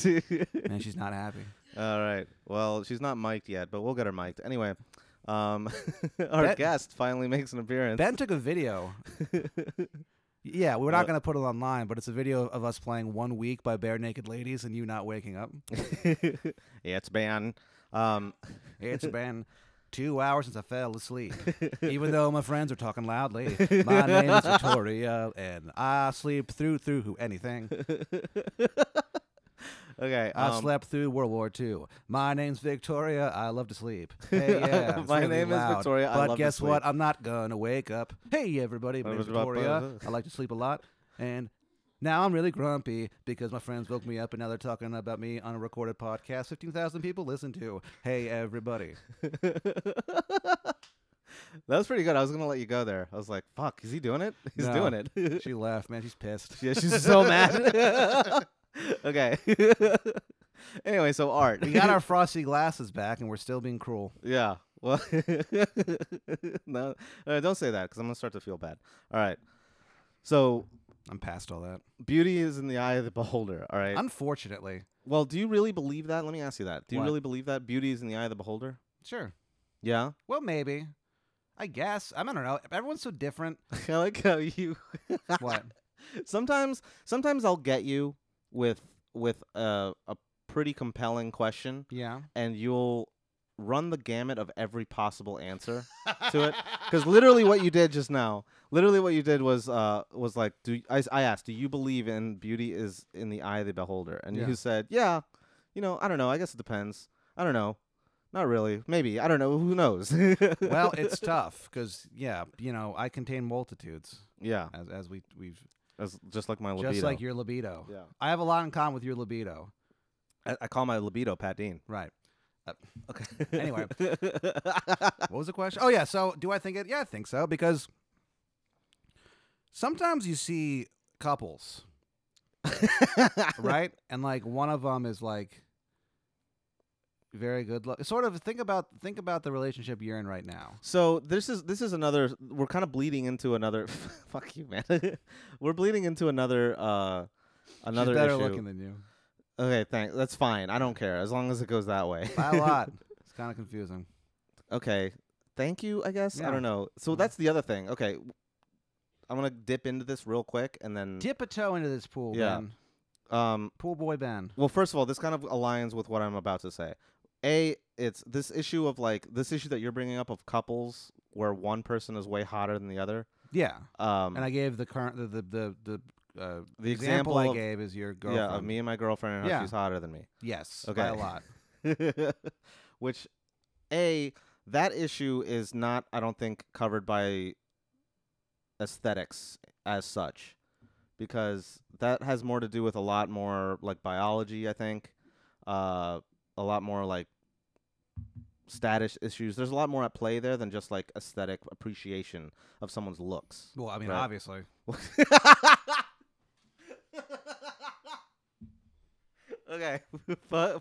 Speaker 3: And she's not happy.
Speaker 2: all right. Well, she's not mic'd yet, but we'll get her mic'd. Anyway, um, our
Speaker 3: Ben-
Speaker 2: guest finally makes an appearance.
Speaker 3: Ben took a video. Yeah, we're not
Speaker 2: Uh,
Speaker 3: going to put it online, but it's a video of us playing One Week by Bare Naked Ladies and you not waking up.
Speaker 2: it's Ben. Um,
Speaker 3: It's been two hours since I fell asleep, even though my friends are talking loudly. My name is Victoria, and I sleep through through anything.
Speaker 2: okay.
Speaker 3: I
Speaker 2: um,
Speaker 3: slept through World War II. My name's Victoria. I love to sleep. Hey, yeah, it's
Speaker 2: My
Speaker 3: really
Speaker 2: name is
Speaker 3: loud,
Speaker 2: Victoria, I
Speaker 3: But
Speaker 2: love to
Speaker 3: guess what? I'm not gonna wake up. Hey, everybody, my name's Victoria. I like to sleep a lot, and now I'm really grumpy because my friends woke me up, and now they're talking about me on a recorded podcast. Fifteen thousand people listen to. Hey, everybody.
Speaker 2: that was pretty good. I was going to let you go there. I was like, fuck, is he doing it? He's
Speaker 3: No.
Speaker 2: doing it.
Speaker 3: She left, man. She's pissed.
Speaker 2: yeah, she's so mad. okay. anyway, so art.
Speaker 3: We got our frosty glasses back, and we're still being cruel.
Speaker 2: Yeah. Well, no, uh, don't say that because I'm gonna start to feel bad. All right. So
Speaker 3: I'm past all that.
Speaker 2: beauty is in the eye of the beholder. All right.
Speaker 3: Unfortunately,
Speaker 2: well, do you really believe that? Let me ask you that. Do you
Speaker 3: What?
Speaker 2: really believe that beauty is in the eye of the beholder?
Speaker 3: sure.
Speaker 2: Yeah.
Speaker 3: Well, maybe. I guess. I don't know. Everyone's so different.
Speaker 2: I like how you.
Speaker 3: What?
Speaker 2: sometimes, sometimes I'll get you with with a a pretty compelling question,
Speaker 3: Yeah.
Speaker 2: and you'll run the gamut of every possible answer. to it? Because literally, what you did just now, literally what you did was, uh, was like, do y- I, I asked, do you believe in beauty is in the eye of the beholder? And
Speaker 3: Yeah.
Speaker 2: you said, yeah. You know, I don't know. I guess it depends. I don't know. Not really. Maybe. I don't know. Who knows?
Speaker 3: well, it's tough because yeah, you know, I contain multitudes
Speaker 2: yeah.
Speaker 3: as as we we've
Speaker 2: That's just like my libido.
Speaker 3: just like your libido.
Speaker 2: yeah.
Speaker 3: I have a lot in common with your libido.
Speaker 2: I, I call my libido Pat Dean.
Speaker 3: Right.
Speaker 2: Okay.
Speaker 3: Anyway. What was the question? Oh yeah. So do I think it? Yeah, I think so because sometimes you see couples, right, and like one of them is like very good look. Sort of think about think about the relationship you're in right now.
Speaker 2: So this is this is another. We're kind of bleeding into another. fuck you, man. we're bleeding into another. uh Another
Speaker 3: She's better
Speaker 2: issue.
Speaker 3: looking than you
Speaker 2: Okay, thanks. That's fine. I don't care as long as it goes that way.
Speaker 3: by a lot. it's kind of confusing.
Speaker 2: okay. Thank you, I guess.
Speaker 3: Yeah.
Speaker 2: I don't know. So
Speaker 3: Mhm.
Speaker 2: that's the other thing. Okay. w- I'm going to dip into this real quick and then
Speaker 3: Dip a toe into this pool,
Speaker 2: Yeah.
Speaker 3: Ben.
Speaker 2: um
Speaker 3: Pool boy Ben.
Speaker 2: well, first of all, this kind of aligns with what I'm about to say. A it's this issue of like this issue that you're bringing up of couples where one person is way hotter than the other.
Speaker 3: Yeah.
Speaker 2: Um,
Speaker 3: And I gave the current the the the, the uh,
Speaker 2: the
Speaker 3: example, I
Speaker 2: of-
Speaker 3: gave is your girlfriend.
Speaker 2: yeah, of me and my girlfriend and how
Speaker 3: Yeah.
Speaker 2: she's hotter than me.
Speaker 3: Yes, by
Speaker 2: Okay.
Speaker 3: a lot.
Speaker 2: which a that issue is not i don't think covered by aesthetics as such because that has more to do with a lot more like biology i think uh, a lot more like status issues there's a lot more at play there than just like aesthetic appreciation of someone's looks
Speaker 3: Well, I mean,
Speaker 2: Right.
Speaker 3: obviously.
Speaker 2: okay Fu-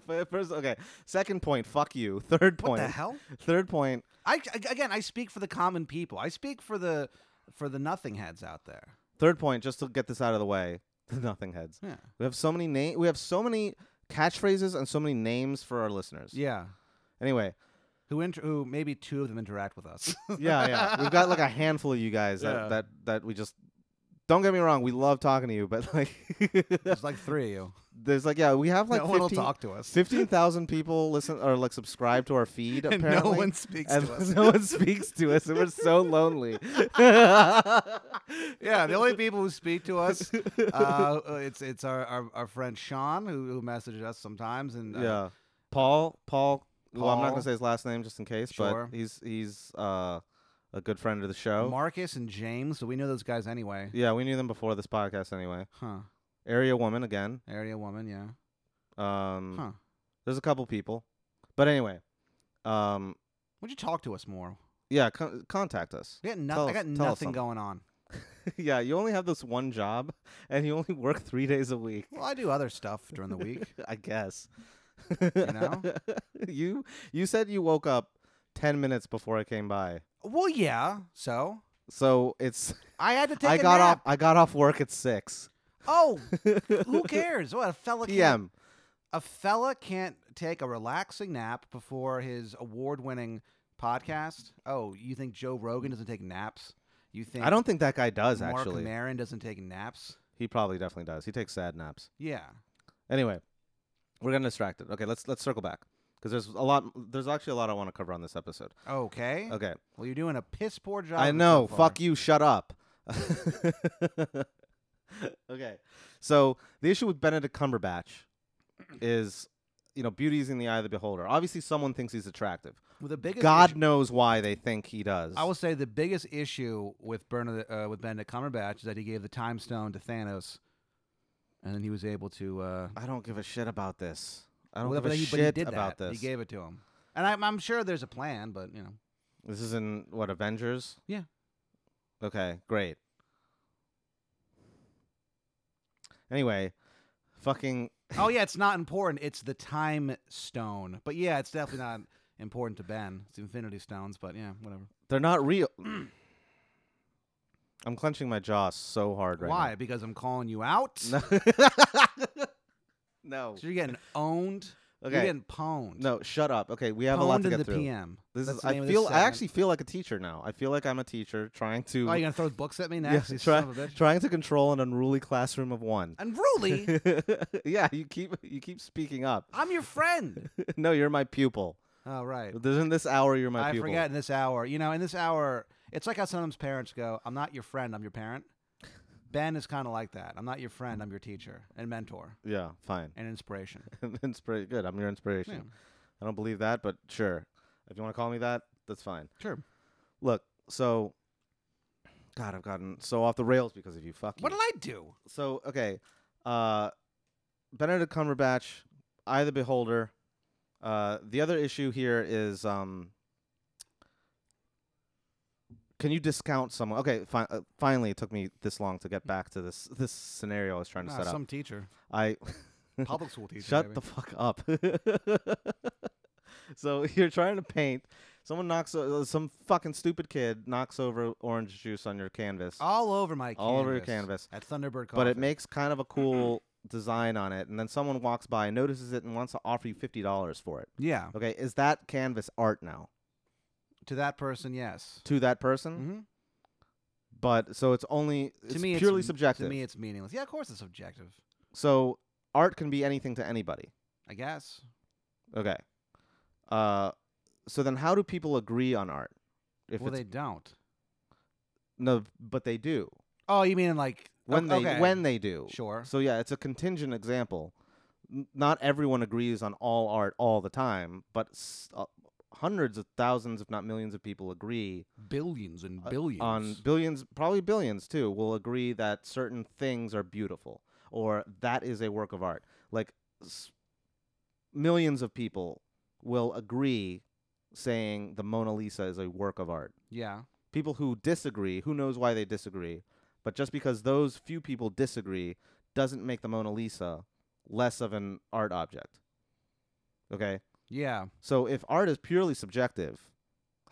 Speaker 2: fu- first okay second point fuck you third
Speaker 3: What
Speaker 2: point
Speaker 3: the hell?
Speaker 2: Third point.
Speaker 3: I ag- again, I speak for the common people. I speak for the for the nothing heads out there.
Speaker 2: Third point. Just to get this out of the way, the nothing heads.
Speaker 3: Yeah.
Speaker 2: We have so many name. We have so many catchphrases and so many names for our listeners.
Speaker 3: Yeah.
Speaker 2: Anyway,
Speaker 3: Who inter- who maybe two of them interact with us.
Speaker 2: yeah, yeah. We've got like a handful of you guys that
Speaker 3: Yeah.
Speaker 2: that, that we just. Don't get me wrong. We love talking to you, but like,
Speaker 3: There's like three of you.
Speaker 2: there's like, yeah, we have like
Speaker 3: no one will
Speaker 2: 15
Speaker 3: talk to us.
Speaker 2: 15,000 people listen or like subscribe to our feed.
Speaker 3: And
Speaker 2: Apparently,
Speaker 3: no one speaks
Speaker 2: and
Speaker 3: to us.
Speaker 2: no one speaks to us, and we're so lonely.
Speaker 3: yeah, the only people who speak to us, uh, it's it's our, our, our friend Sean who, who messages us sometimes, and uh,
Speaker 2: Yeah, Paul. Paul. Well, I'm not
Speaker 3: Paul.
Speaker 2: gonna say his last name just in case,
Speaker 3: Sure.
Speaker 2: but he's he's uh, a good friend of the show.
Speaker 3: Marcus and James. So we know those guys anyway.
Speaker 2: yeah, we knew them before this podcast anyway.
Speaker 3: Huh?
Speaker 2: Area woman again.
Speaker 3: Area woman, yeah.
Speaker 2: Um,
Speaker 3: Huh?
Speaker 2: There's a couple people, but anyway, um,
Speaker 3: Would you talk to us more?
Speaker 2: yeah, con- contact us.
Speaker 3: We got noth-
Speaker 2: Tell
Speaker 3: I
Speaker 2: us-
Speaker 3: got
Speaker 2: tell us
Speaker 3: nothing
Speaker 2: something.
Speaker 3: going on.
Speaker 2: yeah, you only have this one job, and you only work three days a week.
Speaker 3: Well, I do other stuff during the week.
Speaker 2: I guess.
Speaker 3: know?
Speaker 2: you you said you woke up ten minutes before I came by,
Speaker 3: Well, yeah. So
Speaker 2: so it's
Speaker 3: I had to take.
Speaker 2: I
Speaker 3: a
Speaker 2: got off
Speaker 3: nap.
Speaker 2: I got off work at six
Speaker 3: Oh, who cares? What a fella. Can't,
Speaker 2: p.m.
Speaker 3: a fella can't take a relaxing nap before his award-winning podcast. Oh, you think Joe Rogan doesn't take naps? You think
Speaker 2: I don't think that guy does
Speaker 3: Mark
Speaker 2: actually.
Speaker 3: Maron doesn't take naps?
Speaker 2: He probably definitely does. He takes sad naps.
Speaker 3: Yeah.
Speaker 2: Anyway, we're getting distracted. Okay, let's let's circle back because there's a lot. There's actually a lot I want to cover on this episode.
Speaker 3: Okay.
Speaker 2: Okay,
Speaker 3: Well, you're doing a piss poor job.
Speaker 2: Uh, I know. fuck you. Shut up. okay, so the issue with Benedict Cumberbatch is, you know, beauty's in the eye of the beholder. Obviously, someone thinks he's attractive.
Speaker 3: Well, the biggest
Speaker 2: God
Speaker 3: issue-
Speaker 2: knows why they think he does.
Speaker 3: I will say the biggest issue with Bernard, uh, with Benedict Cumberbatch is that he gave the time stone to Thanos, and then he was able to. Uh,
Speaker 2: I don't give a shit about this. I don't
Speaker 3: well,
Speaker 2: give
Speaker 3: but
Speaker 2: a
Speaker 3: he, but he
Speaker 2: shit
Speaker 3: did
Speaker 2: about
Speaker 3: that.
Speaker 2: this.
Speaker 3: He gave it to him, and I'm, I'm sure there's a plan, but you know.
Speaker 2: This is in what Avengers?
Speaker 3: Yeah.
Speaker 2: Okay, great. Anyway, fucking
Speaker 3: Oh yeah, it's not important. It's the time stone, but yeah, it's definitely not important to Ben. It's the Infinity Stones, but yeah, whatever.
Speaker 2: they're not real. I'm clenching my jaw so hard right
Speaker 3: Why? Because I'm calling you out.
Speaker 2: now. No. no.
Speaker 3: So you're getting owned. You're
Speaker 2: Okay.
Speaker 3: getting pwned.
Speaker 2: No, shut up. Okay, we have a lot
Speaker 3: pwned
Speaker 2: to
Speaker 3: in
Speaker 2: get
Speaker 3: the
Speaker 2: through.
Speaker 3: PM.
Speaker 2: This
Speaker 3: That's
Speaker 2: is
Speaker 3: the name
Speaker 2: I
Speaker 3: of this
Speaker 2: feel I
Speaker 3: segment.
Speaker 2: actually feel like a teacher now. I feel like I'm a teacher trying to
Speaker 3: Oh, you're gonna throw books at me
Speaker 2: Yeah,
Speaker 3: next? you
Speaker 2: try-
Speaker 3: son of a bitch.
Speaker 2: trying to control an unruly classroom of one.
Speaker 3: Unruly.
Speaker 2: yeah, you keep you keep speaking up.
Speaker 3: I'm your friend.
Speaker 2: no, you're my pupil.
Speaker 3: Oh right.
Speaker 2: Isn't this hour you're my
Speaker 3: I
Speaker 2: pupil?
Speaker 3: forget in this hour. You know, in this hour, it's like how sometimes parents go, "I'm not your friend. I'm your parent." Ben is kind of like that. I'm not your friend. I'm your teacher and mentor
Speaker 2: Yeah, fine.
Speaker 3: and inspiration.
Speaker 2: it's pretty good. I'm your inspiration.
Speaker 3: Yeah.
Speaker 2: I don't believe that, but sure. If you want to call me that, that's fine.
Speaker 3: Sure.
Speaker 2: Look, so God, I've gotten so off the rails because of you. Fuck
Speaker 3: What
Speaker 2: you.
Speaker 3: did I do?
Speaker 2: so okay, uh, Benedict Cumberbatch, Eye of the Beholder. Uh, the other issue here is um, can you discount someone? Okay, fi- uh, finally, it took me this long to get back to this this scenario I was trying to
Speaker 3: Mm. Nah,
Speaker 2: set up.
Speaker 3: Ah, some teacher,
Speaker 2: I
Speaker 3: public school teacher.
Speaker 2: Shut
Speaker 3: maybe.
Speaker 2: the fuck up. so you're trying to paint. Someone knocks o- uh, some fucking stupid kid knocks over orange juice on your canvas,
Speaker 3: all over my canvas.
Speaker 2: all over your canvas.
Speaker 3: at Thunderbird.
Speaker 2: But it
Speaker 3: Coffee.
Speaker 2: makes kind of a cool design on it, and then someone walks by, notices it, and wants to offer you fifty dollars for it.
Speaker 3: yeah
Speaker 2: Okay, is that canvas art now
Speaker 3: to that person, yes.
Speaker 2: to that person?
Speaker 3: hmm
Speaker 2: But so it's only Mm-hmm. it's
Speaker 3: to me,
Speaker 2: purely
Speaker 3: it's,
Speaker 2: subjective.
Speaker 3: To me, it's meaningless. Yeah, of course, it's subjective.
Speaker 2: so art can be anything to anybody.
Speaker 3: I guess.
Speaker 2: Okay. Uh, so then how do people agree on art? If
Speaker 3: well,
Speaker 2: it's
Speaker 3: they don't.
Speaker 2: no, but they do
Speaker 3: Oh, you mean like
Speaker 2: when
Speaker 3: o-
Speaker 2: they
Speaker 3: okay.
Speaker 2: when they do.
Speaker 3: sure.
Speaker 2: So yeah, it's a contingent example. N- Not everyone agrees on all art all the time, but s- uh, hundreds of thousands, if not millions, of people agree
Speaker 3: Billions and
Speaker 2: uh,
Speaker 3: billions.
Speaker 2: on billions, probably billions too, will agree that certain things are beautiful or that is a work of art. Like s- millions of people will agree saying the Mona Lisa is a work of art.
Speaker 3: yeah.
Speaker 2: People who disagree, who knows why they disagree, but just because those few people disagree doesn't make the Mona Lisa less of an art object. Okay?
Speaker 3: Yeah.
Speaker 2: So if art is purely subjective,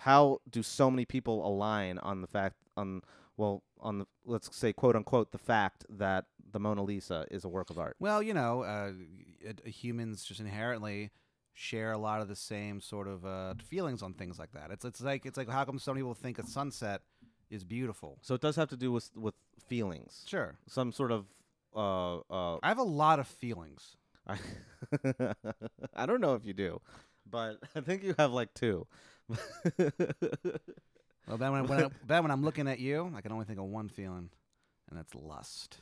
Speaker 2: how do so many people align on the fact on well on the let's say quote unquote the fact that the Mona Lisa is a work of art?
Speaker 3: Well, you know, uh, y- uh, humans just inherently share a lot of the same sort of uh, feelings on things like that. It's it's like it's like how come some people think a sunset is beautiful?
Speaker 2: So it does have to do with with feelings,
Speaker 3: Sure,
Speaker 2: some sort of uh uh.
Speaker 3: I have a lot of feelings.
Speaker 2: I, I don't know if you do, but I think you have like two.
Speaker 3: Well, then when, when I, then when I'm looking at you, I can only think of one feeling, and that's lust.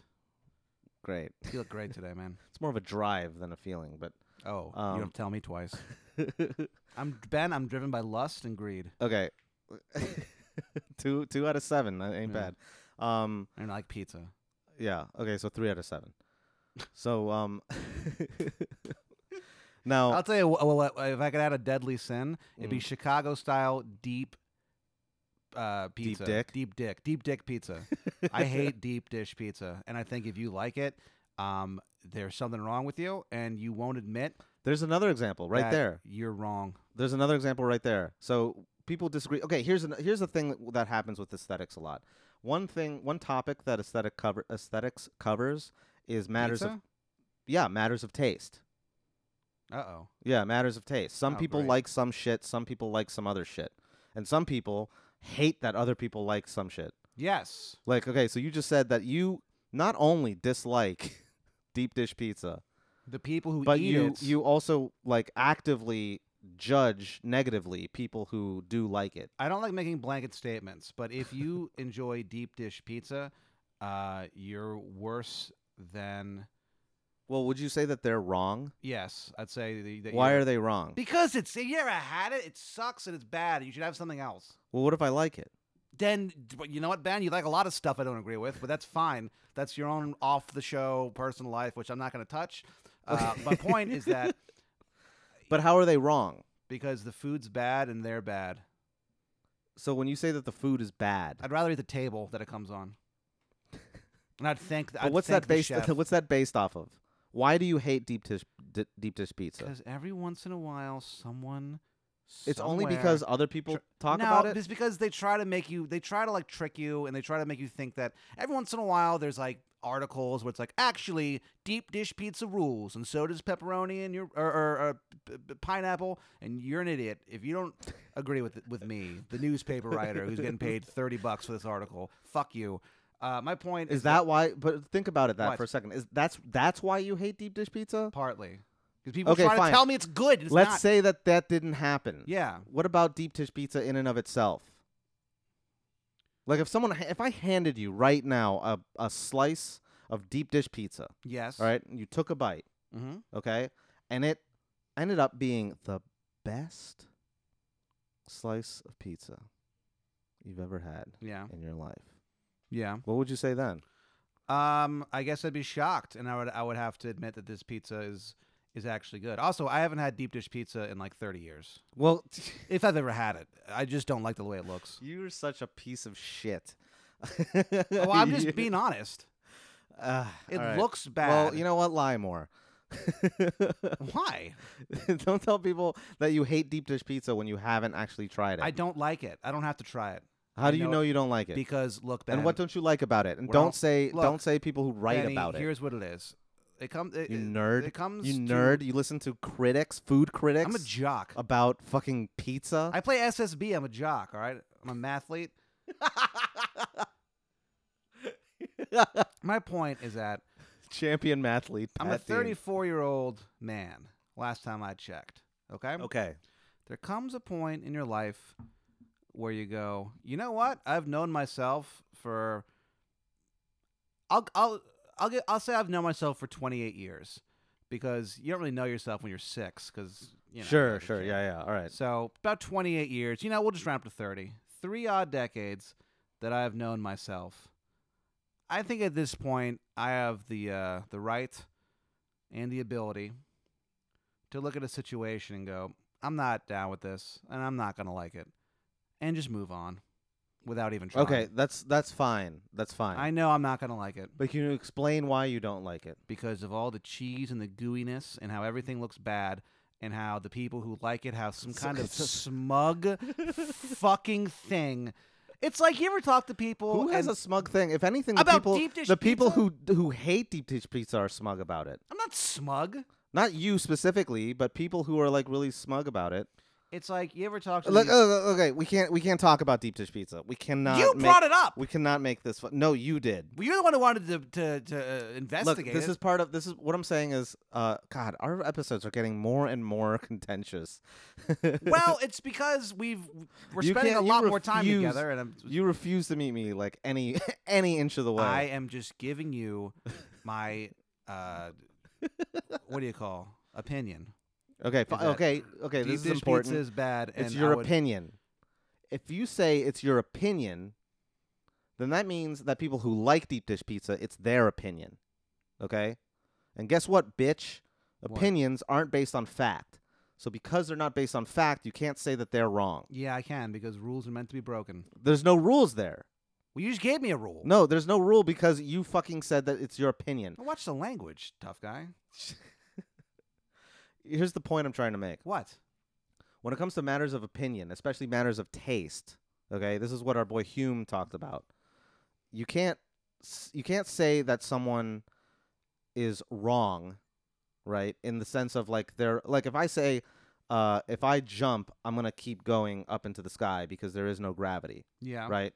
Speaker 2: Great.
Speaker 3: You look great today, man.
Speaker 2: It's more of a drive than a feeling, but
Speaker 3: Oh,
Speaker 2: Um,
Speaker 3: you don't tell me twice. I'm Ben. I'm driven by lust and greed.
Speaker 2: okay. two two out of seven. That ain't
Speaker 3: Yeah.
Speaker 2: bad. Um.
Speaker 3: And I like pizza.
Speaker 2: Yeah. Okay. So three out of seven. So um. now
Speaker 3: I'll tell you, wh- well, uh, if I could add a deadly sin, it'd be
Speaker 2: Oh. Mm.
Speaker 3: Chicago style deep uh, pizza.
Speaker 2: dick?
Speaker 3: Deep dick. Deep dick pizza. I hate deep dish pizza. And I think if you like it, um, there's something wrong with you and you won't admit
Speaker 2: There's another example right
Speaker 3: that
Speaker 2: there.
Speaker 3: You're wrong.
Speaker 2: There's another example right there. So people disagree. Okay. Here's an, here's the thing that, that happens with aesthetics a lot. One thing, one topic that aesthetic cover aesthetics covers is matters of yeah matters of taste.
Speaker 3: Uh oh.
Speaker 2: Yeah, matters of taste. Some
Speaker 3: Oh,
Speaker 2: people
Speaker 3: great.
Speaker 2: like some shit. Some people like some other shit. And some people hate that other people like some shit.
Speaker 3: Yes.
Speaker 2: Like, okay, so you just said that you not only dislike deep dish pizza,
Speaker 3: The people who
Speaker 2: but
Speaker 3: eat
Speaker 2: you
Speaker 3: it.
Speaker 2: you also like actively judge negatively people who do like it.
Speaker 3: I don't like making blanket statements, but if you enjoy deep dish pizza, uh, you're worse than.
Speaker 2: Well, would you say that they're wrong?
Speaker 3: Yes, I'd say the, that
Speaker 2: Why
Speaker 3: you're-
Speaker 2: are they wrong?
Speaker 3: Because it's if you ever had it, it sucks and it's bad. You should have something else.
Speaker 2: Well, what if I like it?
Speaker 3: Then but you know what, Ben? You like a lot of stuff I don't agree with, but that's fine. That's your own off the show personal life, which I'm not going to touch. Uh, my point is that
Speaker 2: But how are they wrong?
Speaker 3: because the food's bad and they're bad,
Speaker 2: So when you say that the food is bad,
Speaker 3: I'd rather eat the table that it comes on. And I'd thank.
Speaker 2: but
Speaker 3: I'd
Speaker 2: what's
Speaker 3: thank
Speaker 2: that based?
Speaker 3: The chef.
Speaker 2: What's that based off of? Why do you hate deep dish d- deep dish pizza?
Speaker 3: Because every once in a while, someone.
Speaker 2: It's only
Speaker 3: somewhere-
Speaker 2: because other people
Speaker 3: Sure.
Speaker 2: talk
Speaker 3: no,
Speaker 2: about it.
Speaker 3: It's because they try to make you, they try to like trick you, and they try to make you think that every once in a while there's like articles where it's like actually deep dish pizza rules, and so does pepperoni and your or, or, or p- p- pineapple, and you're an idiot if you don't agree with with me, the newspaper writer who's getting paid thirty bucks for this article. Fuck you. Uh, my point
Speaker 2: Is that why? But think about it that
Speaker 3: What?
Speaker 2: for a second. Is that's that's why you hate deep dish pizza?
Speaker 3: partly because people
Speaker 2: Okay,
Speaker 3: try
Speaker 2: fine.
Speaker 3: to tell me it's good. and It's
Speaker 2: Let's
Speaker 3: not.
Speaker 2: say that that didn't happen.
Speaker 3: yeah.
Speaker 2: What about deep dish pizza in and of itself? Like if someone, if I handed you right now a, a slice of deep dish pizza,
Speaker 3: Yes.
Speaker 2: all right, and you took a bite,
Speaker 3: Mm-hmm.
Speaker 2: okay, and it ended up being the best slice of pizza you've ever had
Speaker 3: Yeah.
Speaker 2: in your life.
Speaker 3: Yeah.
Speaker 2: What would you say then?
Speaker 3: Um, I guess I'd be shocked, and I would I would have to admit that this pizza is is actually good. Also, I haven't had deep dish pizza in like 30 years,
Speaker 2: Well,
Speaker 3: if I've ever had it. I just don't like the way it looks.
Speaker 2: you're such a piece of shit.
Speaker 3: Well, Oh, I'm just being honest.
Speaker 2: Uh,
Speaker 3: It looks bad.
Speaker 2: Well, you know what? Lie more.
Speaker 3: why?
Speaker 2: don't tell people that you hate deep dish pizza when you haven't actually tried it.
Speaker 3: I don't like it. I don't have to try it
Speaker 2: How
Speaker 3: I
Speaker 2: do you
Speaker 3: know
Speaker 2: know you don't like it?
Speaker 3: because look, Ben,
Speaker 2: and what don't you like about it? And
Speaker 3: Well,
Speaker 2: don't say
Speaker 3: look,
Speaker 2: don't say people who write
Speaker 3: Benny,
Speaker 2: about it.
Speaker 3: Here's what it is. It comes. It,
Speaker 2: You
Speaker 3: it-
Speaker 2: nerd.
Speaker 3: It comes.
Speaker 2: You
Speaker 3: to-
Speaker 2: nerd. You Uh-huh. listen to critics, food critics,
Speaker 3: I'm a jock.
Speaker 2: about fucking pizza.
Speaker 3: I play SSB. I'm a jock. All right. I'm a mathlete. My point is that
Speaker 2: Champion mathlete.
Speaker 3: I'm a
Speaker 2: Pat Dean.
Speaker 3: 34 year old man.
Speaker 2: Oh.
Speaker 3: Last time I checked. Okay?
Speaker 2: Okay.
Speaker 3: There comes a point in your life where you go, you know what? I've known myself for I'll I'll I'll get I'll say I've known myself for 28 years because you don't really know yourself when you're 6 cuz you know
Speaker 2: sure,
Speaker 3: as a
Speaker 2: sure.
Speaker 3: kid.
Speaker 2: Yeah, yeah. All right.
Speaker 3: So, about 28 years. You know, we'll just round up to 30. 3 odd decades that I have known myself. I think at this point I have the uh the right and the ability to look at a situation and go, I'm not down with this and I'm not going to like it and just move on without even trying.
Speaker 2: Okay, that's that's fine. That's fine.
Speaker 3: I know I'm not going to like it
Speaker 2: but can you explain why you don't like it?
Speaker 3: because of all the cheese and the gooiness and how everything looks bad and how the people who like it have some
Speaker 2: So-
Speaker 3: kind of smug fucking thing. It's like you ever talk to people
Speaker 2: Who has
Speaker 3: and-
Speaker 2: a smug thing? If anything, the
Speaker 3: About
Speaker 2: people
Speaker 3: deep dish
Speaker 2: the people who
Speaker 3: pizza?
Speaker 2: who hate deep dish pizza are smug about it.
Speaker 3: I'm not smug.
Speaker 2: Not you specifically, but people who are like really smug about it.
Speaker 3: It's like you ever talk to
Speaker 2: Look,
Speaker 3: these-
Speaker 2: uh, okay, we can't we can't talk about deep dish pizza. We cannot.
Speaker 3: you
Speaker 2: make,
Speaker 3: brought it up.
Speaker 2: We cannot make this. Fu- no, you did.
Speaker 3: Well, You're the one who wanted to to, to uh,
Speaker 2: Look,
Speaker 3: investigate.
Speaker 2: this
Speaker 3: it.
Speaker 2: is part of this is what I'm saying is, uh, God, our episodes are getting more and more contentious.
Speaker 3: well, it's because we've we're
Speaker 2: You
Speaker 3: spending a
Speaker 2: can't- you
Speaker 3: lot more time
Speaker 2: refuse-
Speaker 3: together, and I'm
Speaker 2: you refuse to meet me like any any inch of the way.
Speaker 3: I am just giving you my uh, what do you call opinion?
Speaker 2: okay, fi-
Speaker 3: that-
Speaker 2: okay, okay.
Speaker 3: Deep
Speaker 2: This is
Speaker 3: dish
Speaker 2: important.
Speaker 3: pizza is bad, and
Speaker 2: it's
Speaker 3: I
Speaker 2: your
Speaker 3: would-
Speaker 2: opinion. If you say it's your opinion, then that means that people who like deep dish pizza, it's their opinion. Okay? And guess what, bitch?
Speaker 3: What?
Speaker 2: Opinions aren't based on fact. So because they're not based on fact, you can't say that they're wrong.
Speaker 3: Yeah, I can because rules are meant to be broken.
Speaker 2: There's no rules there.
Speaker 3: Well, you just gave me a rule.
Speaker 2: No, there's no rule because you fucking said that it's your opinion.
Speaker 3: Now watch the language, tough guy.
Speaker 2: Here's the point I'm trying to make.
Speaker 3: What?
Speaker 2: When it comes to matters of opinion, especially matters of taste, okay? This is what our boy Hume talked about. You can't s- you can't say that someone is wrong, right? In the sense of like they're like if I say uh if I jump, I'm going to keep going up into the sky because there is no gravity,
Speaker 3: Yeah,
Speaker 2: right?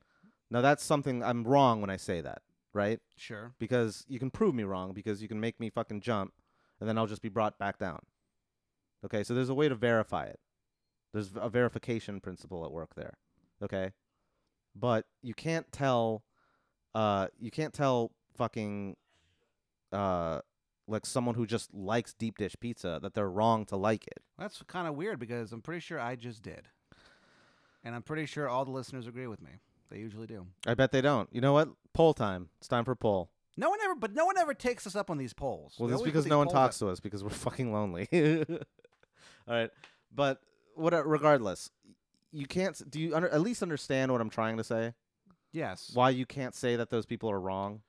Speaker 2: Now that's something I'm wrong when I say that, right?
Speaker 3: sure.
Speaker 2: because you can prove me wrong because you can make me fucking jump and then I'll just be brought back down. Okay, so there's a way to verify it. There's a verification principle at work there. Okay? But you can't tell uh you can't tell fucking uh like someone who just likes deep dish pizza that they're wrong to like it.
Speaker 3: That's kind of weird because I'm pretty sure I just did, and I'm pretty sure all the listeners agree with me. They usually do.
Speaker 2: I bet they don't. You know what? Poll time. It's time for poll.
Speaker 3: No one ever, but no one ever takes us up on these polls.
Speaker 2: Well,
Speaker 3: They
Speaker 2: that's
Speaker 3: always put
Speaker 2: because
Speaker 3: these
Speaker 2: no one
Speaker 3: polls up.
Speaker 2: talks to us because we're fucking lonely. All right, but what? Regardless, you can't. s- Do you under, at least understand what I'm trying to say?
Speaker 3: Yes.
Speaker 2: Why you can't say that those people are wrong?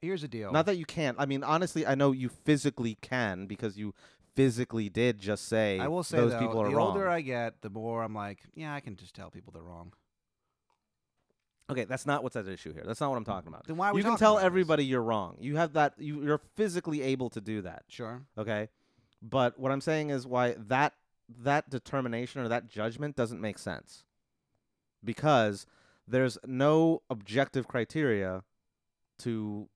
Speaker 3: Here's the deal.
Speaker 2: Not that you can't. I mean, honestly, I know you physically can because you physically did just say.
Speaker 3: I will say
Speaker 2: those
Speaker 3: though,
Speaker 2: people are
Speaker 3: the
Speaker 2: wrong.
Speaker 3: older I get, the more I'm like, yeah, I can just tell people they're wrong.
Speaker 2: okay, that's not what's at issue here. That's not what I'm talking about.
Speaker 3: Then why are we
Speaker 2: You can
Speaker 3: talking
Speaker 2: tell
Speaker 3: about this?
Speaker 2: everybody you're wrong. You have that. You, you're physically able to do that.
Speaker 3: Sure.
Speaker 2: okay but what i'm saying is why that that determination or that judgment doesn't make sense because there's no objective criteria to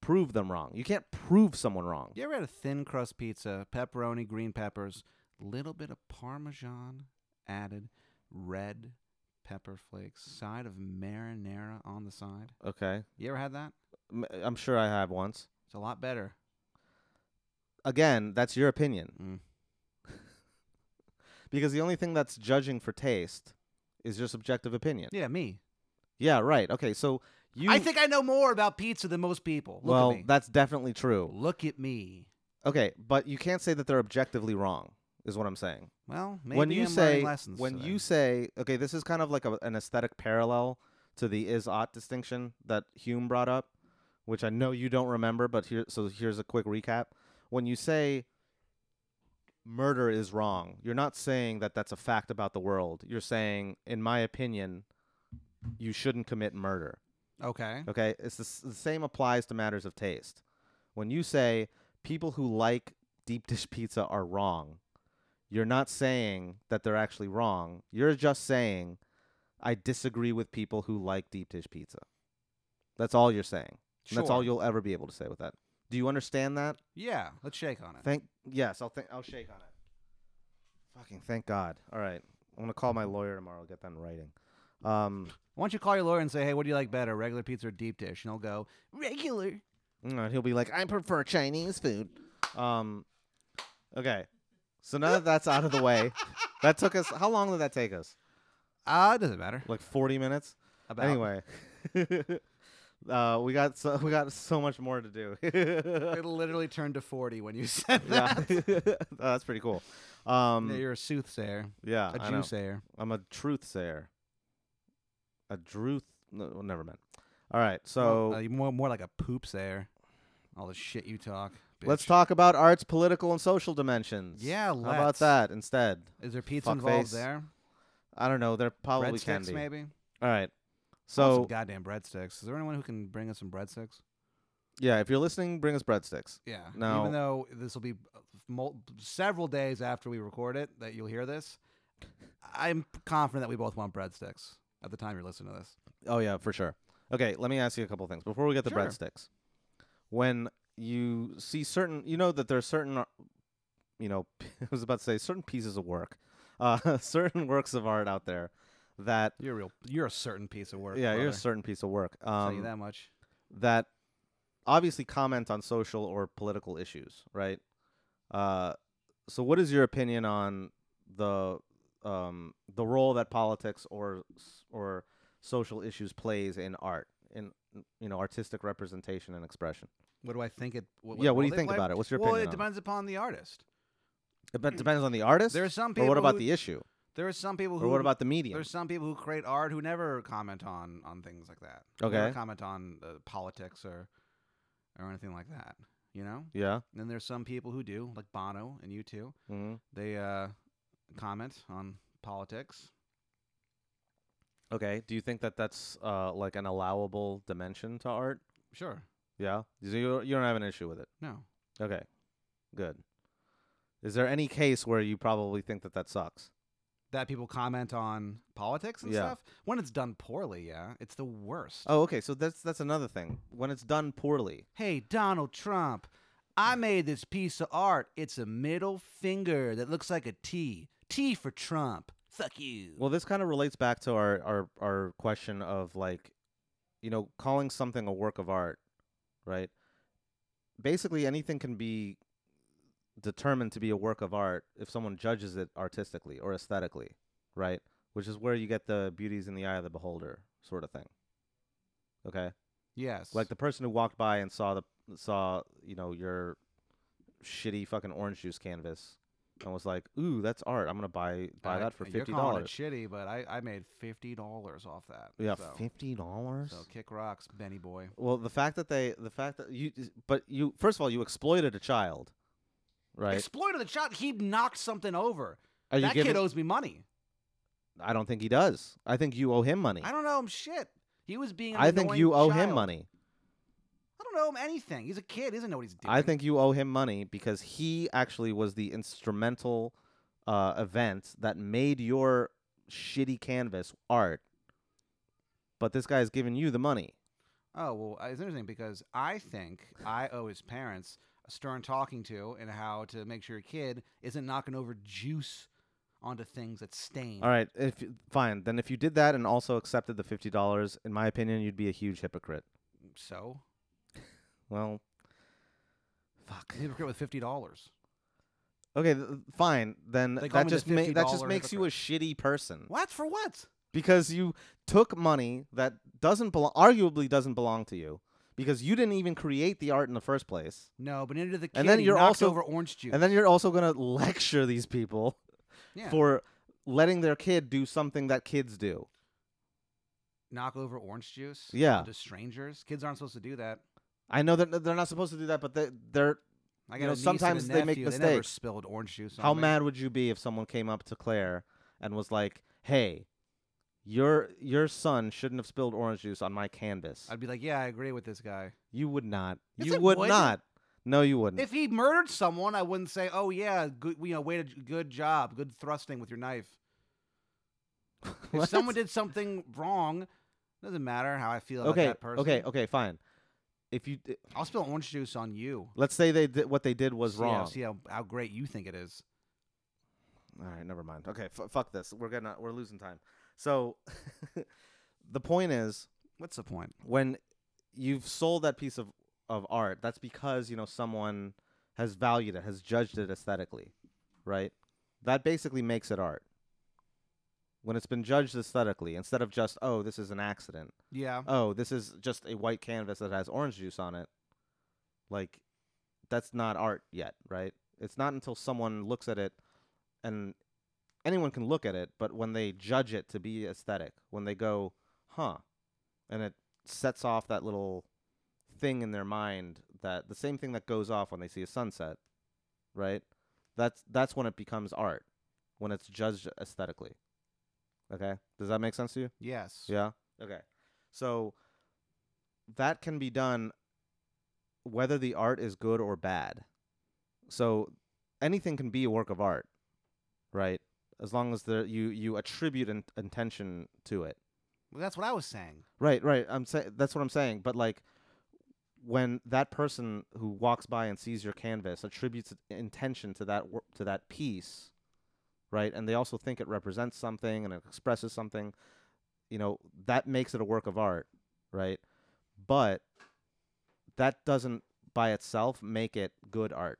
Speaker 2: prove them wrong you can't prove someone wrong
Speaker 3: You ever had a thin crust pizza, pepperoni, green peppers, little bit of parmesan added, red pepper flakes, side of marinara on the side?
Speaker 2: okay
Speaker 3: You ever had that?
Speaker 2: M- i'm sure i have once
Speaker 3: It's a lot better.
Speaker 2: again that's your opinion
Speaker 3: Mm.
Speaker 2: because the only thing that's judging for taste is your subjective opinion
Speaker 3: Yeah, me.
Speaker 2: yeah right okay so you
Speaker 3: I think I know more about pizza than most people. Look
Speaker 2: well
Speaker 3: at me.
Speaker 2: that's definitely true
Speaker 3: Look at me.
Speaker 2: okay but you can't say that they're objectively wrong is what i'm saying
Speaker 3: Well, maybe
Speaker 2: when you
Speaker 3: I'm
Speaker 2: say
Speaker 3: learning lessons
Speaker 2: when
Speaker 3: today.
Speaker 2: you say okay, this is kind of like a, an aesthetic parallel to the is ought distinction that Hume brought up, which I know you don't remember, but here so here's a quick recap. When you say murder is wrong, you're not saying that that's a fact about the world. You're saying, in my opinion, you shouldn't commit murder.
Speaker 3: okay,
Speaker 2: Okay, it's the, s- the same applies to matters of taste. When you say people who like deep dish pizza are wrong, you're not saying that they're actually wrong. You're just saying I disagree with people who like deep dish pizza. That's all you're saying. And
Speaker 3: sure.
Speaker 2: That's all you'll ever be able to say with that. Do you understand that?
Speaker 3: Yeah, let's shake on it.
Speaker 2: Thank yes, I'll think I'll shake on it. Fucking thank God. All right. I'm gonna call my lawyer tomorrow, get that in writing. Um,
Speaker 3: Why don't you call your lawyer and say, hey, what do you like better, regular pizza or deep dish? And he'll go, regular.
Speaker 2: Mm, and he'll be like, I prefer Chinese food. Um, okay. So now that that's out of the way, that took us. How long did that take us?
Speaker 3: Ah, it doesn't matter.
Speaker 2: Like 40 minutes.
Speaker 3: About.
Speaker 2: Anyway, uh, we got so we got so much more to do.
Speaker 3: It literally turned to 40 when you said
Speaker 2: yeah,
Speaker 3: that.
Speaker 2: Oh, that's pretty cool. Um,
Speaker 3: You're a soothsayer,
Speaker 2: yeah,
Speaker 3: a
Speaker 2: I know.
Speaker 3: Jewsayer.
Speaker 2: I'm a truthsayer. A truth. No, never mind. All right, so
Speaker 3: Well, uh, you're more, more like a poopsayer. All the shit you talk.
Speaker 2: let's
Speaker 3: bitch.
Speaker 2: talk about art's political and social dimensions.
Speaker 3: Yeah,
Speaker 2: How about
Speaker 3: let's.
Speaker 2: that instead?
Speaker 3: Is there pizza
Speaker 2: Fuckface.
Speaker 3: involved there?
Speaker 2: I don't know. There probably can
Speaker 3: breadsticks,
Speaker 2: be.
Speaker 3: maybe.
Speaker 2: All right.
Speaker 3: I want
Speaker 2: So
Speaker 3: some goddamn breadsticks. Is there anyone who can bring us some breadsticks?
Speaker 2: yeah, if you're listening, bring us breadsticks.
Speaker 3: Yeah.
Speaker 2: No.
Speaker 3: Even though this will be uh, mul- several days after we record it that you'll hear this, I'm confident that we both want breadsticks at the time you're listening to this.
Speaker 2: Oh yeah, for sure. Okay, let me ask you a couple things before we get the
Speaker 3: Sure.
Speaker 2: breadsticks. When you see certain, you know that there are certain, uh, you know, I was about to say certain pieces of work, uh, certain works of art out there that
Speaker 3: You're a real. You're a certain piece of work.
Speaker 2: yeah,
Speaker 3: brother.
Speaker 2: you're a certain piece of work
Speaker 3: I'll
Speaker 2: um,
Speaker 3: tell you that much.
Speaker 2: that obviously comment on social or political issues, right? Uh, so, what is your opinion on the um, the role that politics or s- or social issues plays in art, in you know, artistic representation and expression?
Speaker 3: What do I think it? What,
Speaker 2: yeah, what do you
Speaker 3: role they
Speaker 2: think
Speaker 3: play?
Speaker 2: about it? What's your
Speaker 3: well,
Speaker 2: opinion?
Speaker 3: it depends upon the artist.
Speaker 2: on it? Dep- depends on the artist.
Speaker 3: There are some
Speaker 2: or
Speaker 3: people.
Speaker 2: what about
Speaker 3: who,
Speaker 2: the issue?
Speaker 3: There are some people who.
Speaker 2: Or what about the medium?
Speaker 3: There's some people who create art who never comment on on things like that. Never
Speaker 2: Okay.
Speaker 3: comment on uh, politics or or anything like that. You know.
Speaker 2: Yeah.
Speaker 3: And then there's some people who do, like Bono and you too.
Speaker 2: hmm
Speaker 3: They uh, comment on politics.
Speaker 2: Okay. Do you think that that's uh, like an allowable dimension to art?
Speaker 3: Sure.
Speaker 2: Yeah. So you you don't have an issue with it.
Speaker 3: No.
Speaker 2: Okay, good. Is there any case where you probably think that that sucks?
Speaker 3: That people comment on politics and
Speaker 2: Yeah.
Speaker 3: stuff when it's done poorly. Yeah, it's the worst.
Speaker 2: Oh, okay. So that's that's another thing. When it's done poorly,
Speaker 3: Hey, Donald Trump, I made this piece of art. It's a middle finger that looks like a T. T for Trump. Fuck you.
Speaker 2: well, this kind of relates back to our our our question of like, you know, calling something a work of art, right? Basically, anything can be determined to be a work of art if someone judges it artistically or aesthetically, right? Which is where you get the beauties in the eye of the beholder sort of thing. Okay.
Speaker 3: yes.
Speaker 2: Like the person who walked by and saw the saw you know your shitty fucking orange juice canvas and was like, "Ooh, that's art. I'm gonna buy buy
Speaker 3: I-
Speaker 2: that for
Speaker 3: you're
Speaker 2: fifty
Speaker 3: calling
Speaker 2: dollars."
Speaker 3: it Shitty, but I, I made fifty dollars off that.
Speaker 2: Yeah,
Speaker 3: so,
Speaker 2: fifty dollars.
Speaker 3: so kick rocks, Benny boy.
Speaker 2: Well, the fact that they the fact that you but you first of all you exploited a child, right?
Speaker 3: Exploited the child. He knocked something over.
Speaker 2: Are you
Speaker 3: that
Speaker 2: giving?
Speaker 3: kid owes me money.
Speaker 2: I don't think he does. I think you owe him money.
Speaker 3: I don't owe him shit. He was being. An
Speaker 2: I think
Speaker 3: annoying
Speaker 2: you owe him
Speaker 3: child.
Speaker 2: money.
Speaker 3: I don't owe him anything. He's a kid. He doesn't know what he's doing.
Speaker 2: I think you owe him money because he actually was the instrumental uh, event that made your shitty canvas art. But this guy's giving you the money.
Speaker 3: Oh well, uh, it's interesting because I think I owe his parents a stern talking to and how to make sure your kid isn't knocking over juice onto things that stain.
Speaker 2: All right, if fine, then if you did that and also accepted the fifty dollars, in my opinion, you'd be a huge hypocrite.
Speaker 3: So
Speaker 2: Well, fuck.
Speaker 3: hypocrite with fifty dollars.
Speaker 2: Okay, th- fine. Then
Speaker 3: They call
Speaker 2: that
Speaker 3: me the
Speaker 2: just ma- that just
Speaker 3: $50
Speaker 2: makes you a shitty person.
Speaker 3: What for? What?
Speaker 2: because you took money that doesn't belong arguably doesn't belong to you because you didn't even create the art in the first place
Speaker 3: No, but into the kid.
Speaker 2: then
Speaker 3: he
Speaker 2: you're
Speaker 3: knocked
Speaker 2: also-
Speaker 3: over orange juice.
Speaker 2: and then you're also going to lecture these people
Speaker 3: yeah.
Speaker 2: for letting their kid do something that kids do
Speaker 3: knock over orange juice.
Speaker 2: Yeah.
Speaker 3: onto strangers. Kids aren't supposed to do that.
Speaker 2: i know that they're not supposed to do that but they, they're
Speaker 3: I
Speaker 2: You
Speaker 3: got
Speaker 2: know,
Speaker 3: a niece
Speaker 2: sometimes
Speaker 3: and a
Speaker 2: they make
Speaker 3: nephew, They never
Speaker 2: mistakes.
Speaker 3: spilled orange juice. On
Speaker 2: how
Speaker 3: me.
Speaker 2: mad would you be if someone came up to claire and was like hey your your son shouldn't have spilled orange juice on my canvas
Speaker 3: I'd be like, yeah, I agree with this guy.
Speaker 2: you would not
Speaker 3: Yes,
Speaker 2: you
Speaker 3: I
Speaker 2: would
Speaker 3: would.
Speaker 2: not no you wouldn't
Speaker 3: If he murdered someone, I wouldn't say, "Oh yeah, good, you know, way to, good job, good thrusting with your knife." If
Speaker 2: What?
Speaker 3: someone did something wrong, doesn't matter how I feel about
Speaker 2: okay
Speaker 3: that person.
Speaker 2: okay okay fine if you
Speaker 3: I'll spill orange juice on you.
Speaker 2: Let's say they did what they did was
Speaker 3: See how-
Speaker 2: wrong.
Speaker 3: See how, how great you think it is.
Speaker 2: All right, never mind. Okay, f- fuck this. We're gonna we're losing time. So the point is
Speaker 3: What's the point?
Speaker 2: when you've sold that piece of, of art, that's because, you know, someone has valued it, has judged it aesthetically, right? That basically makes it art. When it's been judged aesthetically, instead of just, oh, this is an accident,
Speaker 3: Yeah.
Speaker 2: oh, this is just a white canvas that has orange juice on it, like that's not art yet, right? It's not until someone looks at it and anyone can look at it, but when they judge it to be aesthetic, when they go, huh, and it sets off that little thing in their mind that the same thing that goes off when they see a sunset, right? That's that's when it becomes art, when it's judged aesthetically. Okay? Does that make sense to you?
Speaker 3: Yes.
Speaker 2: Yeah. Okay. So that can be done whether the art is good or bad. So anything can be a work of art, right? As long as the you you attribute in, intention to it.
Speaker 3: Well, that's what I was saying.
Speaker 2: Right, right. I'm saying that's what I'm saying, but like when that person who walks by and sees your canvas attributes it- intention to that wor- to that piece, right? And they also think it represents something and it expresses something, you know, that makes it a work of art, right? But that doesn't by itself make it good art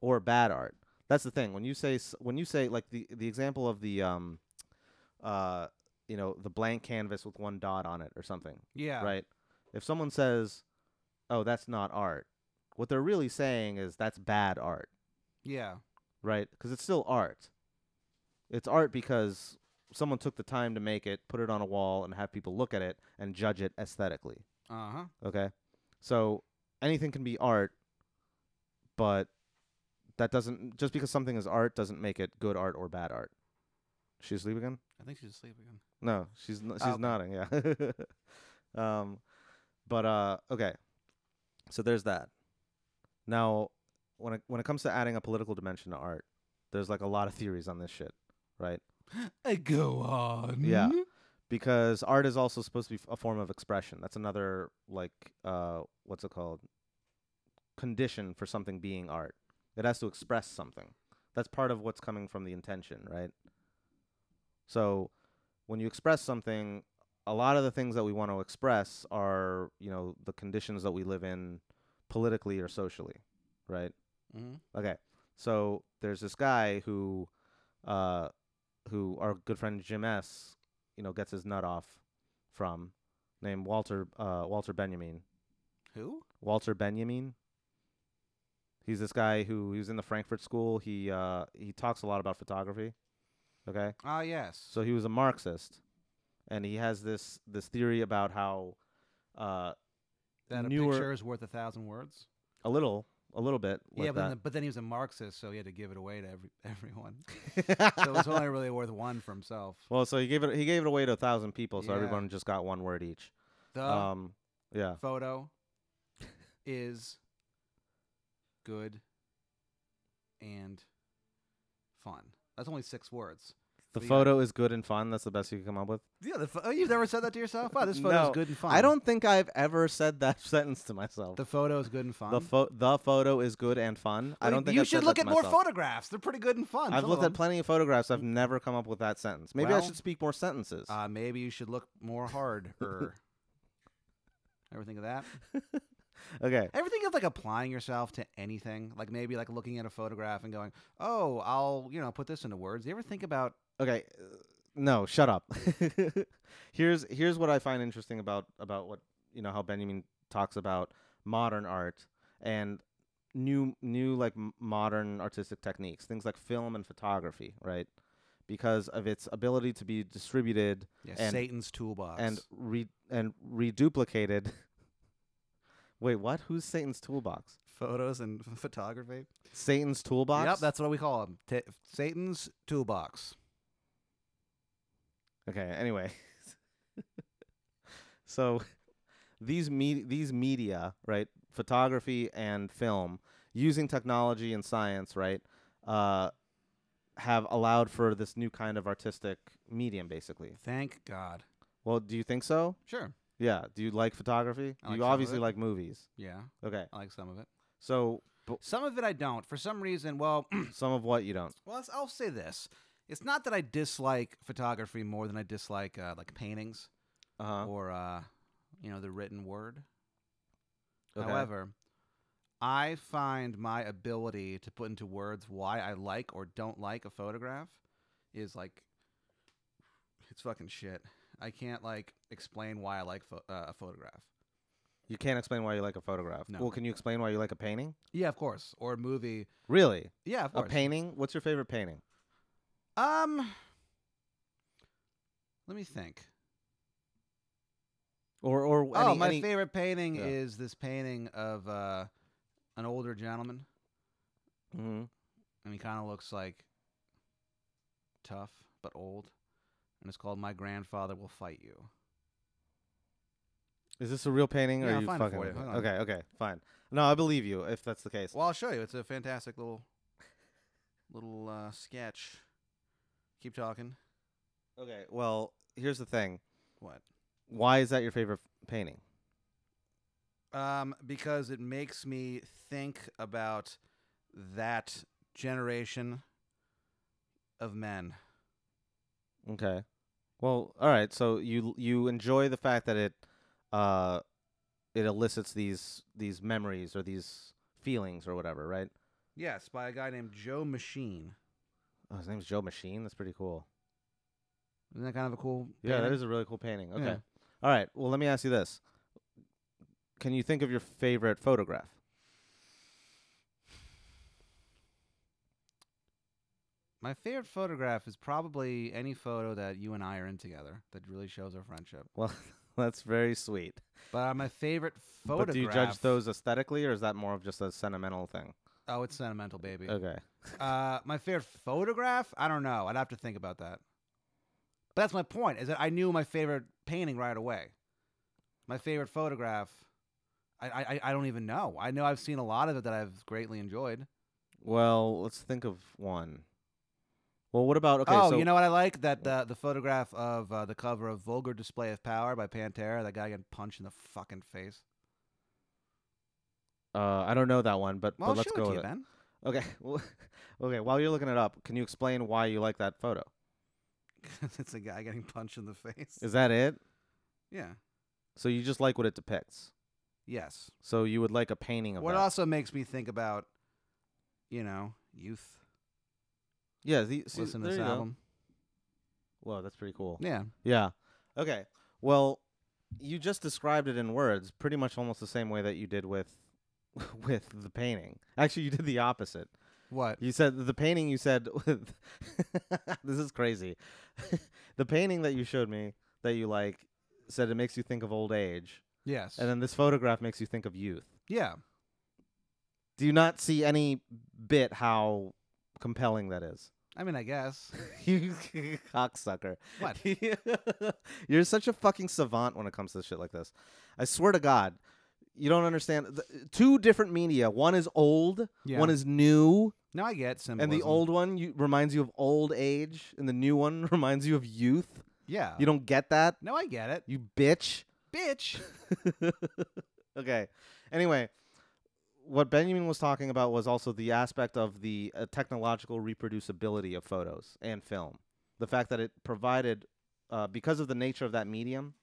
Speaker 2: or bad art. That's the thing. When you say s- when you say like the the example of the um uh you know, the blank canvas with one dot on it or something,
Speaker 3: Yeah.
Speaker 2: right? If someone says, "Oh, that's not art," what they're really saying is that's bad art,
Speaker 3: Yeah.
Speaker 2: right? Because it's still art. It's art because someone took the time to make it, put it on a wall, and have people look at it and judge it aesthetically.
Speaker 3: Uh huh.
Speaker 2: Okay, so anything can be art, but that doesn't just because something is art doesn't make it good art or bad art. She asleep again?
Speaker 3: I think she's asleep again.
Speaker 2: No, she's n- she's
Speaker 3: okay.
Speaker 2: nodding. Yeah. um, but uh, okay. So there's that. Now, when it when it comes to adding a political dimension to art, there's like a lot of theories on this shit, right?
Speaker 3: go on.
Speaker 2: Yeah. Because art is also supposed to be f- a form of expression. That's another like uh, what's it called? Condition for something being art. It has to express something. That's part of what's coming from the intention, right? So when you express something, a lot of the things that we want to express are, you know, the conditions that we live in politically or socially, right?
Speaker 3: hmm
Speaker 2: Okay. So there's this guy who uh who our good friend Jim S, you know, gets his nut off from named Walter uh Walter Benjamin.
Speaker 3: Who?
Speaker 2: Walter Benjamin. He's this guy who he was in the Frankfurt school. He uh he talks a lot about photography. Okay?
Speaker 3: Ah, yes.
Speaker 2: So he was a Marxist and he has this this theory about how uh
Speaker 3: that a
Speaker 2: newer-
Speaker 3: picture is worth a thousand words.
Speaker 2: a little a little bit like
Speaker 3: yeah, but
Speaker 2: that.
Speaker 3: then, the- but then he was a Marxist, so he had to give it away to every, everyone. so it was only really worth one for himself.
Speaker 2: Well, so he gave it he gave it away to a thousand people, so
Speaker 3: Yeah. Oh.
Speaker 2: everyone just got one word each.
Speaker 3: The
Speaker 2: Um, yeah,
Speaker 3: photo is good and fun. That's only six words.
Speaker 2: the
Speaker 3: we got-
Speaker 2: photo is good and fun. That's the best you can come up with.
Speaker 3: Yeah, the pho- oh, you've never said that to yourself. Wow, this photo
Speaker 2: No,
Speaker 3: is good and fun.
Speaker 2: I don't think I've ever said that sentence to myself.
Speaker 3: The photo is good and fun.
Speaker 2: The pho- the photo is good and fun. I
Speaker 3: Well,
Speaker 2: don't think
Speaker 3: you
Speaker 2: I've
Speaker 3: should
Speaker 2: said
Speaker 3: look
Speaker 2: that to
Speaker 3: at more
Speaker 2: myself.
Speaker 3: photographs. They're pretty good and fun.
Speaker 2: I've
Speaker 3: some
Speaker 2: looked
Speaker 3: of
Speaker 2: at
Speaker 3: them.
Speaker 2: plenty of photographs. I've never come up with that sentence. Maybe I
Speaker 3: Mm. Well-
Speaker 2: should speak more sentences.
Speaker 3: Uh, maybe you should look more hard. Or ever think of that?
Speaker 2: okay.
Speaker 3: Ever think of like applying yourself to anything? Like maybe like looking at a photograph and going, "Oh, I'll you know put this into words." You ever think about?
Speaker 2: okay uh, no shut up here's here's what i find interesting about about what you know how benjamin talks about modern art and new new like m- modern artistic techniques things like film and photography right because of its ability to be distributed
Speaker 3: Yeah,
Speaker 2: And-
Speaker 3: Satan's toolbox.
Speaker 2: and re- and reduplicated wait what who's satan's toolbox
Speaker 3: photos and photography.
Speaker 2: satan's toolbox
Speaker 3: Yep, that's what we call them. Ta Satan's toolbox.
Speaker 2: Okay. Anyway, so these me- these media, right, photography and film, using technology and science, right, uh, have allowed for this new kind of artistic medium, basically.
Speaker 3: Thank God.
Speaker 2: Well, do you think so?
Speaker 3: Sure.
Speaker 2: Yeah. Do you like photography?
Speaker 3: I like
Speaker 2: you
Speaker 3: some of
Speaker 2: obviously
Speaker 3: it.
Speaker 2: like movies.
Speaker 3: Yeah,
Speaker 2: Okay.
Speaker 3: I like some of it.
Speaker 2: So
Speaker 3: Some of it I don't. For some reason, well,
Speaker 2: some of what you don't.
Speaker 3: well, I'll say this: It's not that I dislike photography more than I dislike uh, like paintings
Speaker 2: Uh
Speaker 3: or uh, you know the written word.
Speaker 2: Okay.
Speaker 3: However, I find my ability to put into words why I like or don't like a photograph is like it's fucking shit. I can't like explain why I like pho- uh, a photograph.
Speaker 2: You can't explain why you like a photograph.
Speaker 3: No.
Speaker 2: Well, can you explain why you like a painting?
Speaker 3: Yeah, of course. Or a movie.
Speaker 2: Really?
Speaker 3: Yeah, of
Speaker 2: A
Speaker 3: course.
Speaker 2: painting? What's your favorite painting?
Speaker 3: Um, let me think.
Speaker 2: Or or
Speaker 3: oh,
Speaker 2: any-
Speaker 3: my
Speaker 2: any-
Speaker 3: favorite painting
Speaker 2: Yeah.
Speaker 3: is this painting of uh, an older gentleman,
Speaker 2: Mhm.
Speaker 3: and he kind of looks like tough but old, and it's called "My Grandfather Will Fight You."
Speaker 2: Is this a real painting or
Speaker 3: Yeah,
Speaker 2: are
Speaker 3: I'll
Speaker 2: you
Speaker 3: find it
Speaker 2: fucking
Speaker 3: for you.
Speaker 2: with me?
Speaker 3: Hang on.
Speaker 2: Okay, okay, fine. No, I believe you if that's the case.
Speaker 3: Well, I'll show you. It's a fantastic little little uh, sketch. Keep talking.
Speaker 2: Okay, well, here's the thing.
Speaker 3: What?
Speaker 2: Why is that your favorite painting?
Speaker 3: Um, because it makes me think about that generation of men.
Speaker 2: Okay. Well, all right. So you you enjoy the fact that it uh it elicits these these memories or these feelings or whatever, right?
Speaker 3: Yes, by a guy named Joe Machine.
Speaker 2: Oh, his name's Joe Machine. That's pretty cool.
Speaker 3: Isn't that kind of a cool?
Speaker 2: Yeah, that
Speaker 3: painting?
Speaker 2: is a really cool painting. Okay.
Speaker 3: Yeah.
Speaker 2: All right. Well, let me ask you this. Can you think of your favorite photograph?
Speaker 3: My favorite photograph is probably any photo that you and I are in together that really shows our friendship.
Speaker 2: Well, that's very sweet.
Speaker 3: But uh, my favorite photograph.
Speaker 2: But do you judge those aesthetically or is that more of just a sentimental thing?
Speaker 3: Oh, it's sentimental, baby.
Speaker 2: Okay.
Speaker 3: Uh, my favorite photograph? I don't know. I'd have to think about that. But that's my point. Is that I knew my favorite painting right away. My favorite photograph. I I, I- I don't even know. I know I've seen a lot of it that I've greatly enjoyed.
Speaker 2: Well, let's think of one. Well, what about okay,
Speaker 3: oh,
Speaker 2: so
Speaker 3: you know what I like? That uh, the the photograph of uh, the cover of "Vulgar Display of Power" by Pantera. That guy getting punched in the fucking face.
Speaker 2: uh I don't know that one, but,
Speaker 3: Well,
Speaker 2: but let's
Speaker 3: show
Speaker 2: go
Speaker 3: it to
Speaker 2: with
Speaker 3: you,
Speaker 2: it.
Speaker 3: Ben.
Speaker 2: Okay. well, okay. While you're looking it up, can you explain why you like that photo?
Speaker 3: 'Cause it's a guy getting punched in the face.
Speaker 2: Is that it?
Speaker 3: yeah.
Speaker 2: So you just like what it depicts.
Speaker 3: Yes.
Speaker 2: So you would like a painting of
Speaker 3: What
Speaker 2: that.
Speaker 3: also makes me think about, you know, youth.
Speaker 2: Yeah. The, see,
Speaker 3: Listen to
Speaker 2: there
Speaker 3: this
Speaker 2: you go.
Speaker 3: album.
Speaker 2: Whoa, that's pretty cool.
Speaker 3: Yeah.
Speaker 2: Yeah. Okay. Well, you just described it in words, pretty much almost the same way that you did with with the painting. Actually, you did the opposite.
Speaker 3: What?
Speaker 2: You said the painting. You said this is crazy. the painting that you showed me that you like said it makes you think of old age,
Speaker 3: Yes.
Speaker 2: and then this photograph makes you think of youth.
Speaker 3: yeah.
Speaker 2: Do you not see any bit how compelling that is?
Speaker 3: I mean, I guess.
Speaker 2: you cocksucker.
Speaker 3: What?
Speaker 2: You're such a fucking savant when it comes to shit like this. I swear to God, you don't understand. The, two different media. One is old,
Speaker 3: Yeah.
Speaker 2: one is new,
Speaker 3: no, I get
Speaker 2: and
Speaker 3: symbolism.
Speaker 2: the old one you, reminds you of old age, and the new one reminds you of youth.
Speaker 3: Yeah.
Speaker 2: You don't get that,
Speaker 3: no, I get it.
Speaker 2: you bitch.
Speaker 3: Bitch.
Speaker 2: okay. Anyway, what Benjamin was talking about was also the aspect of the uh, technological reproducibility of photos and film. The fact that it provided, uh, because of the nature of that medium,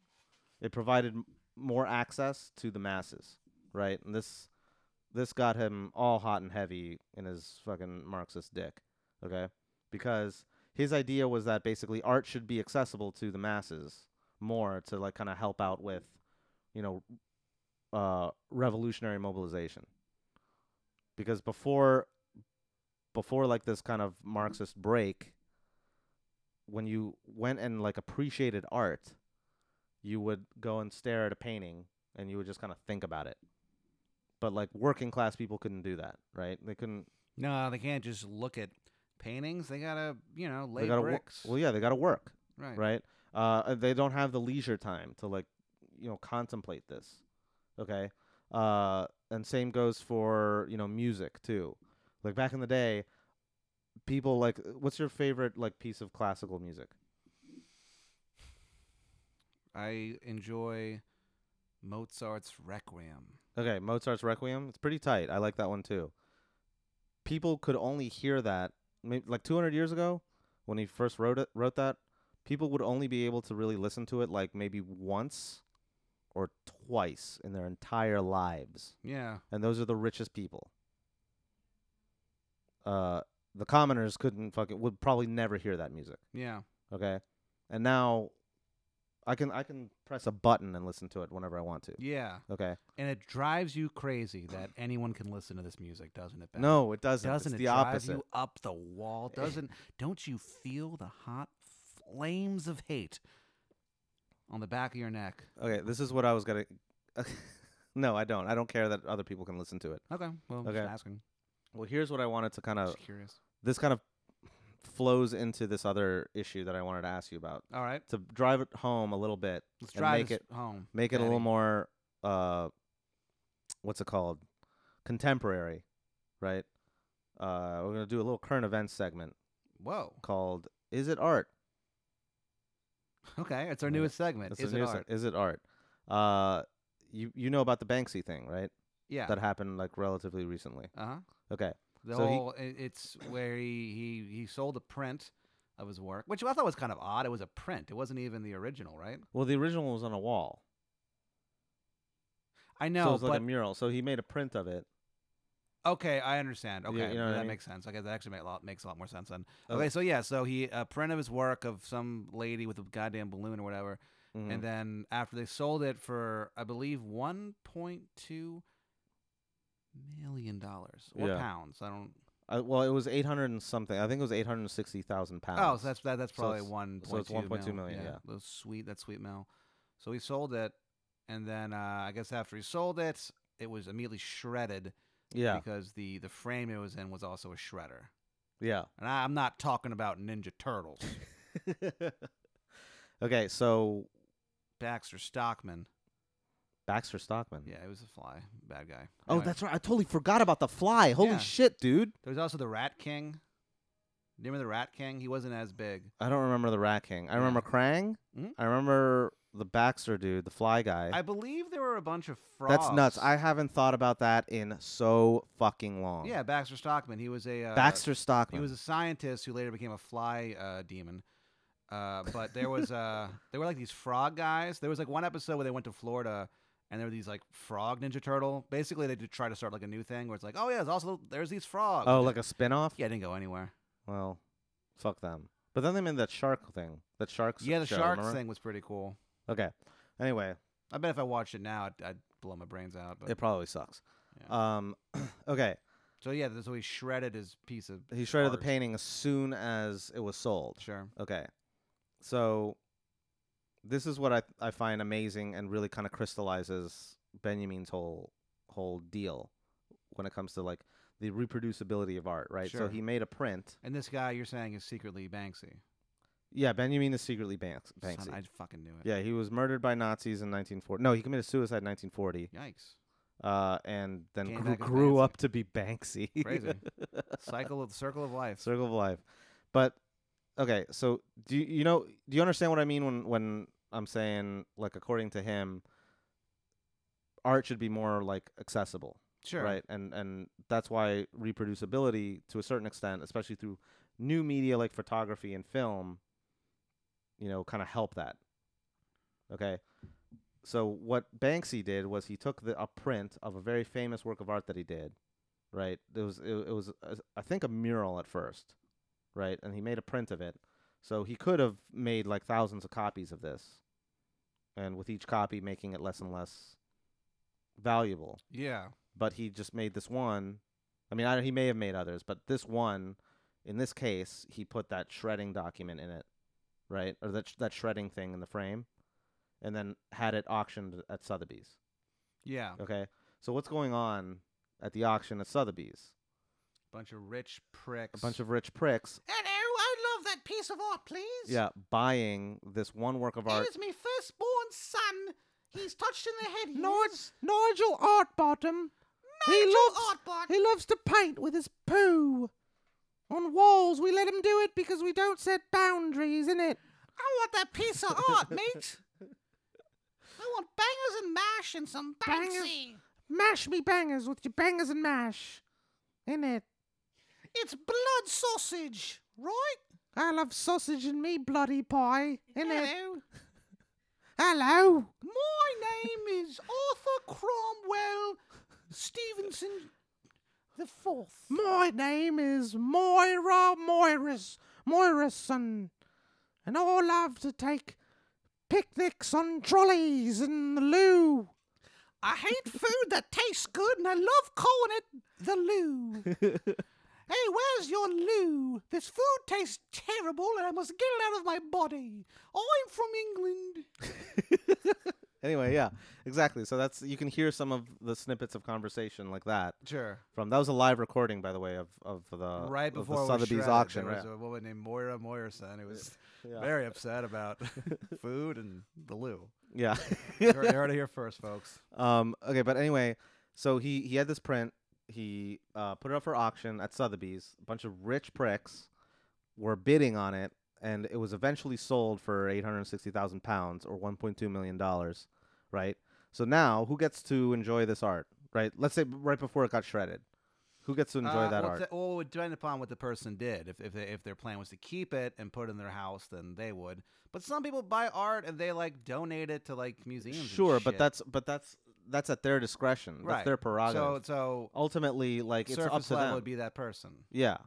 Speaker 2: it provided m- more access to the masses, right? And this this got him all hot and heavy in his fucking Marxist dick, okay? Because his idea was that basically art should be accessible to the masses more to like kind of help out with, you know, uh, revolutionary mobilization. Because before, before like this kind of Marxist break, when you went and like appreciated art, you would go and stare at a painting and you would just kind of think about it. But like working class people couldn't do that, right? They couldn't.
Speaker 3: No, they can't just look at paintings. They gotta, you know, lay
Speaker 2: they gotta work.
Speaker 3: bricks.
Speaker 2: Well, yeah, they got to work,
Speaker 3: right.
Speaker 2: right? Uh, they don't have the leisure time to like, you know, contemplate this. Okay. Uh, and same goes for you know music too. Like back in the day, people like, uh, what's your favorite like piece of classical music?
Speaker 3: I enjoy Mozart's Requiem.
Speaker 2: Okay, Mozart's Requiem. It's pretty tight. I like that one too. People could only hear that maybe like 200 years ago. when he first wrote it wrote that people would only be able to really listen to it like maybe once or twice in their entire lives
Speaker 3: Yeah.
Speaker 2: and those are the richest people uh the commoners couldn't fucking would probably never hear that music
Speaker 3: Yeah.
Speaker 2: okay and now i can i can press a button and listen to it whenever i want to
Speaker 3: Yeah.
Speaker 2: okay
Speaker 3: And it drives you crazy that anyone can listen to this music, doesn't it? Ben?
Speaker 2: no it doesn't
Speaker 3: Doesn't
Speaker 2: it's
Speaker 3: it
Speaker 2: the
Speaker 3: drive
Speaker 2: opposite Eh.
Speaker 3: you up the wall? Doesn't don't you feel the hot flames of hate on the back of your neck?
Speaker 2: okay this is what i was gonna no i don't i don't care that other people can listen to it
Speaker 3: Okay. Well,
Speaker 2: Okay. Oh.
Speaker 3: just asking.
Speaker 2: well here's what i wanted to kind of
Speaker 3: Just curious.
Speaker 2: this kind of flows into this other issue that i wanted to ask you about
Speaker 3: All right.
Speaker 2: to drive it home a little bit
Speaker 3: Let's
Speaker 2: and
Speaker 3: drive
Speaker 2: make
Speaker 3: this
Speaker 2: it-
Speaker 3: home.
Speaker 2: make it a little
Speaker 3: Daddy.
Speaker 2: more uh what's it called contemporary right uh we're gonna do a little current events segment
Speaker 3: Whoa.
Speaker 2: called is it art
Speaker 3: Okay. It's our
Speaker 2: Yeah.
Speaker 3: newest segment.
Speaker 2: That's
Speaker 3: Is
Speaker 2: the
Speaker 3: it
Speaker 2: new se-
Speaker 3: art?
Speaker 2: is it art uh you you know about the banksy thing right
Speaker 3: Yeah.
Speaker 2: that happened like relatively recently
Speaker 3: Uh huh.
Speaker 2: okay
Speaker 3: The
Speaker 2: So he-
Speaker 3: whole i- it's where he, he he sold a print of his work, which I thought was kind of odd. It was a print. It wasn't even the original, right?
Speaker 2: well the original was on a wall
Speaker 3: I
Speaker 2: so it
Speaker 3: know,
Speaker 2: was like a
Speaker 3: but
Speaker 2: mural so he made a print of it
Speaker 3: okay, I understand.
Speaker 2: You-
Speaker 3: Okay,
Speaker 2: you know what I
Speaker 3: that
Speaker 2: mean?
Speaker 3: makes sense. Okay, that actually make a lot, makes a lot more sense then.
Speaker 2: Oh.
Speaker 3: Okay, so yeah, so he a print of his work of some lady with a goddamn balloon or whatever,
Speaker 2: Mhm.
Speaker 3: and then after they sold it for I believe one point two million dollars or
Speaker 2: Yeah.
Speaker 3: pounds. I don't.
Speaker 2: uh, well it was 800 and something i think it was 860000 pounds
Speaker 3: Oh, so that's that, that's
Speaker 2: So
Speaker 3: probably
Speaker 2: it's-
Speaker 3: one.
Speaker 2: so it's 1.2
Speaker 3: mil,
Speaker 2: million, yeah.
Speaker 3: those sweet that sweet mail. So he sold it, and then uh, I guess after he sold it, it was immediately shredded
Speaker 2: yeah
Speaker 3: because the the frame it was in was also a shredder.
Speaker 2: yeah
Speaker 3: And I, I'm not talking about Ninja Turtles,
Speaker 2: okay so
Speaker 3: Baxter Stockman.
Speaker 2: baxter stockman
Speaker 3: Yeah, he was a fly bad guy.
Speaker 2: Oh,
Speaker 3: Anyway,
Speaker 2: that's right. I totally forgot about the fly. Holy
Speaker 3: Yeah.
Speaker 2: shit, dude.
Speaker 3: there was also the Rat King. Remember the Rat King? He wasn't as big.
Speaker 2: I don't remember the Rat King. I remember Krang.
Speaker 3: Mhm.
Speaker 2: I remember the Baxter dude, the fly guy.
Speaker 3: I believe there were a bunch of frogs.
Speaker 2: That's nuts. I haven't thought about that in so fucking long.
Speaker 3: yeah, Baxter Stockman. He was a uh,
Speaker 2: Baxter Stockman.
Speaker 3: He was a scientist who later became a fly uh, demon. Uh, but there was uh, there were like these frog guys. There was like one episode where they went to Florida and there were these like frog Ninja Turtle. Basically, they did try to start like a new thing where it's like, oh yeah, there's also there's these frogs.
Speaker 2: oh,
Speaker 3: It
Speaker 2: like
Speaker 3: just-
Speaker 2: a spin off?
Speaker 3: yeah, it didn't go anywhere.
Speaker 2: Well, fuck them. But then they made that shark thing. That shark
Speaker 3: yeah, the
Speaker 2: show,
Speaker 3: sharks
Speaker 2: remember?
Speaker 3: thing was pretty cool.
Speaker 2: Okay. Anyway,
Speaker 3: I bet if I watched it now, I'd, I'd blow my brains out. But
Speaker 2: it probably sucks.
Speaker 3: Yeah.
Speaker 2: Um, okay.
Speaker 3: so yeah, so he shredded his piece of
Speaker 2: He shredded
Speaker 3: art.
Speaker 2: the painting as soon as it was sold.
Speaker 3: Sure.
Speaker 2: Okay. So this is what I, I find amazing and really kind of crystallizes Benjamin's whole whole deal when it comes to like the reproducibility of art, right? So
Speaker 3: Sure.
Speaker 2: he made a print.
Speaker 3: And this guy you're saying is secretly Banksy.
Speaker 2: Yeah, Benjamin is secretly Banks, Banksy.
Speaker 3: Son, I fucking knew it.
Speaker 2: yeah, he was murdered by Nazis in 1940. No, he committed suicide in 1940,
Speaker 3: Yikes.
Speaker 2: uh, and then
Speaker 3: Came
Speaker 2: grew,
Speaker 3: back as
Speaker 2: grew
Speaker 3: Banksy.
Speaker 2: up to be Banksy.
Speaker 3: Crazy. Cycle of circle of life.
Speaker 2: Circle of life. But okay, so do you, you know do you understand what I mean when when I'm saying like according to him art should be more like accessible,
Speaker 3: Sure.
Speaker 2: right? And and that's why reproducibility to a certain extent, especially through new media like photography and film, you know, kind of help that. Okay. So what Banksy did was he took the, a print of a very famous work of art that he did, right? It was it, it was uh, I think a mural at first, right? And he made a print of it. So he could have made like thousands of copies of this, and with each copy making it less and less valuable.
Speaker 3: Yeah.
Speaker 2: But he just made this one. I mean, I, he may have made others, but this one, in this case, he put that shredding document in it, right? Or that sh- that shredding thing in the frame, and then had it auctioned at Sotheby's.
Speaker 3: Yeah.
Speaker 2: Okay. So what's going on at the auction at Sotheby's?
Speaker 3: bunch of rich pricks.
Speaker 2: A bunch of rich pricks,
Speaker 3: Hello, I love that piece of art, please.
Speaker 2: yeah, buying this one work of art.
Speaker 3: is my firstborn son. He's touched in the head. He
Speaker 1: Nigel, Nigel Artbottom. he loves he loves to paint with his poo on walls. We let him do it because we don't set boundaries in it.
Speaker 3: I want that piece of art, mate. I want bangers and mash and some
Speaker 1: Bangers. Mash me bangers with your bangers and mash in it.
Speaker 3: It's blood sausage, right?
Speaker 1: I love sausage and me bloody pie. Hello. Hello.
Speaker 3: My name is Arthur Cromwell Stevenson the Fourth.
Speaker 1: My name is Moira Moiris Moirison, and I love to take picnics on trolleys in the loo.
Speaker 3: I hate food that tastes good, and I love calling it the loo. hey, where's your loo? This food tastes terrible, and I must get it out of my body. I'm from England.
Speaker 2: Anyway, yeah, exactly. So that's you can hear some of the snippets of conversation like that
Speaker 3: Sure.
Speaker 2: from that was a live recording, by the way, of of the
Speaker 3: right
Speaker 2: of
Speaker 3: before
Speaker 2: Uh, the
Speaker 3: it was
Speaker 2: Sotheby's
Speaker 3: shredded,
Speaker 2: auction.
Speaker 3: there
Speaker 2: Right?
Speaker 3: was a woman named Moira Moirison who was
Speaker 2: Yeah.
Speaker 3: very upset about food and the loo.
Speaker 2: yeah.
Speaker 3: You heard you heard it here first, folks.
Speaker 2: Um, okay, but anyway, so he he had this print. He uh, put it up for auction at Sotheby's. A bunch of rich pricks were bidding on it, and it was eventually sold for eight hundred sixty thousand pounds or one point two million dollars. Right. So now, who gets to enjoy this art? Right. Let's say b- right before it got shredded, who gets to enjoy
Speaker 3: Uh,
Speaker 2: that
Speaker 3: well,
Speaker 2: art?
Speaker 3: de- well, it would depend upon what the person did. If if, they, if their plan was to keep it and put it in their house, then they would. But some people buy art and they like donate it to like museums. and
Speaker 2: sure, but
Speaker 3: shit.
Speaker 2: that's but that's that's at their discretion.
Speaker 3: Right.
Speaker 2: That's their
Speaker 3: so
Speaker 2: prerogative.
Speaker 3: so.
Speaker 2: Ultimately, like it's up
Speaker 3: surface
Speaker 2: to
Speaker 3: level
Speaker 2: them.
Speaker 3: would be that person,
Speaker 2: yeah.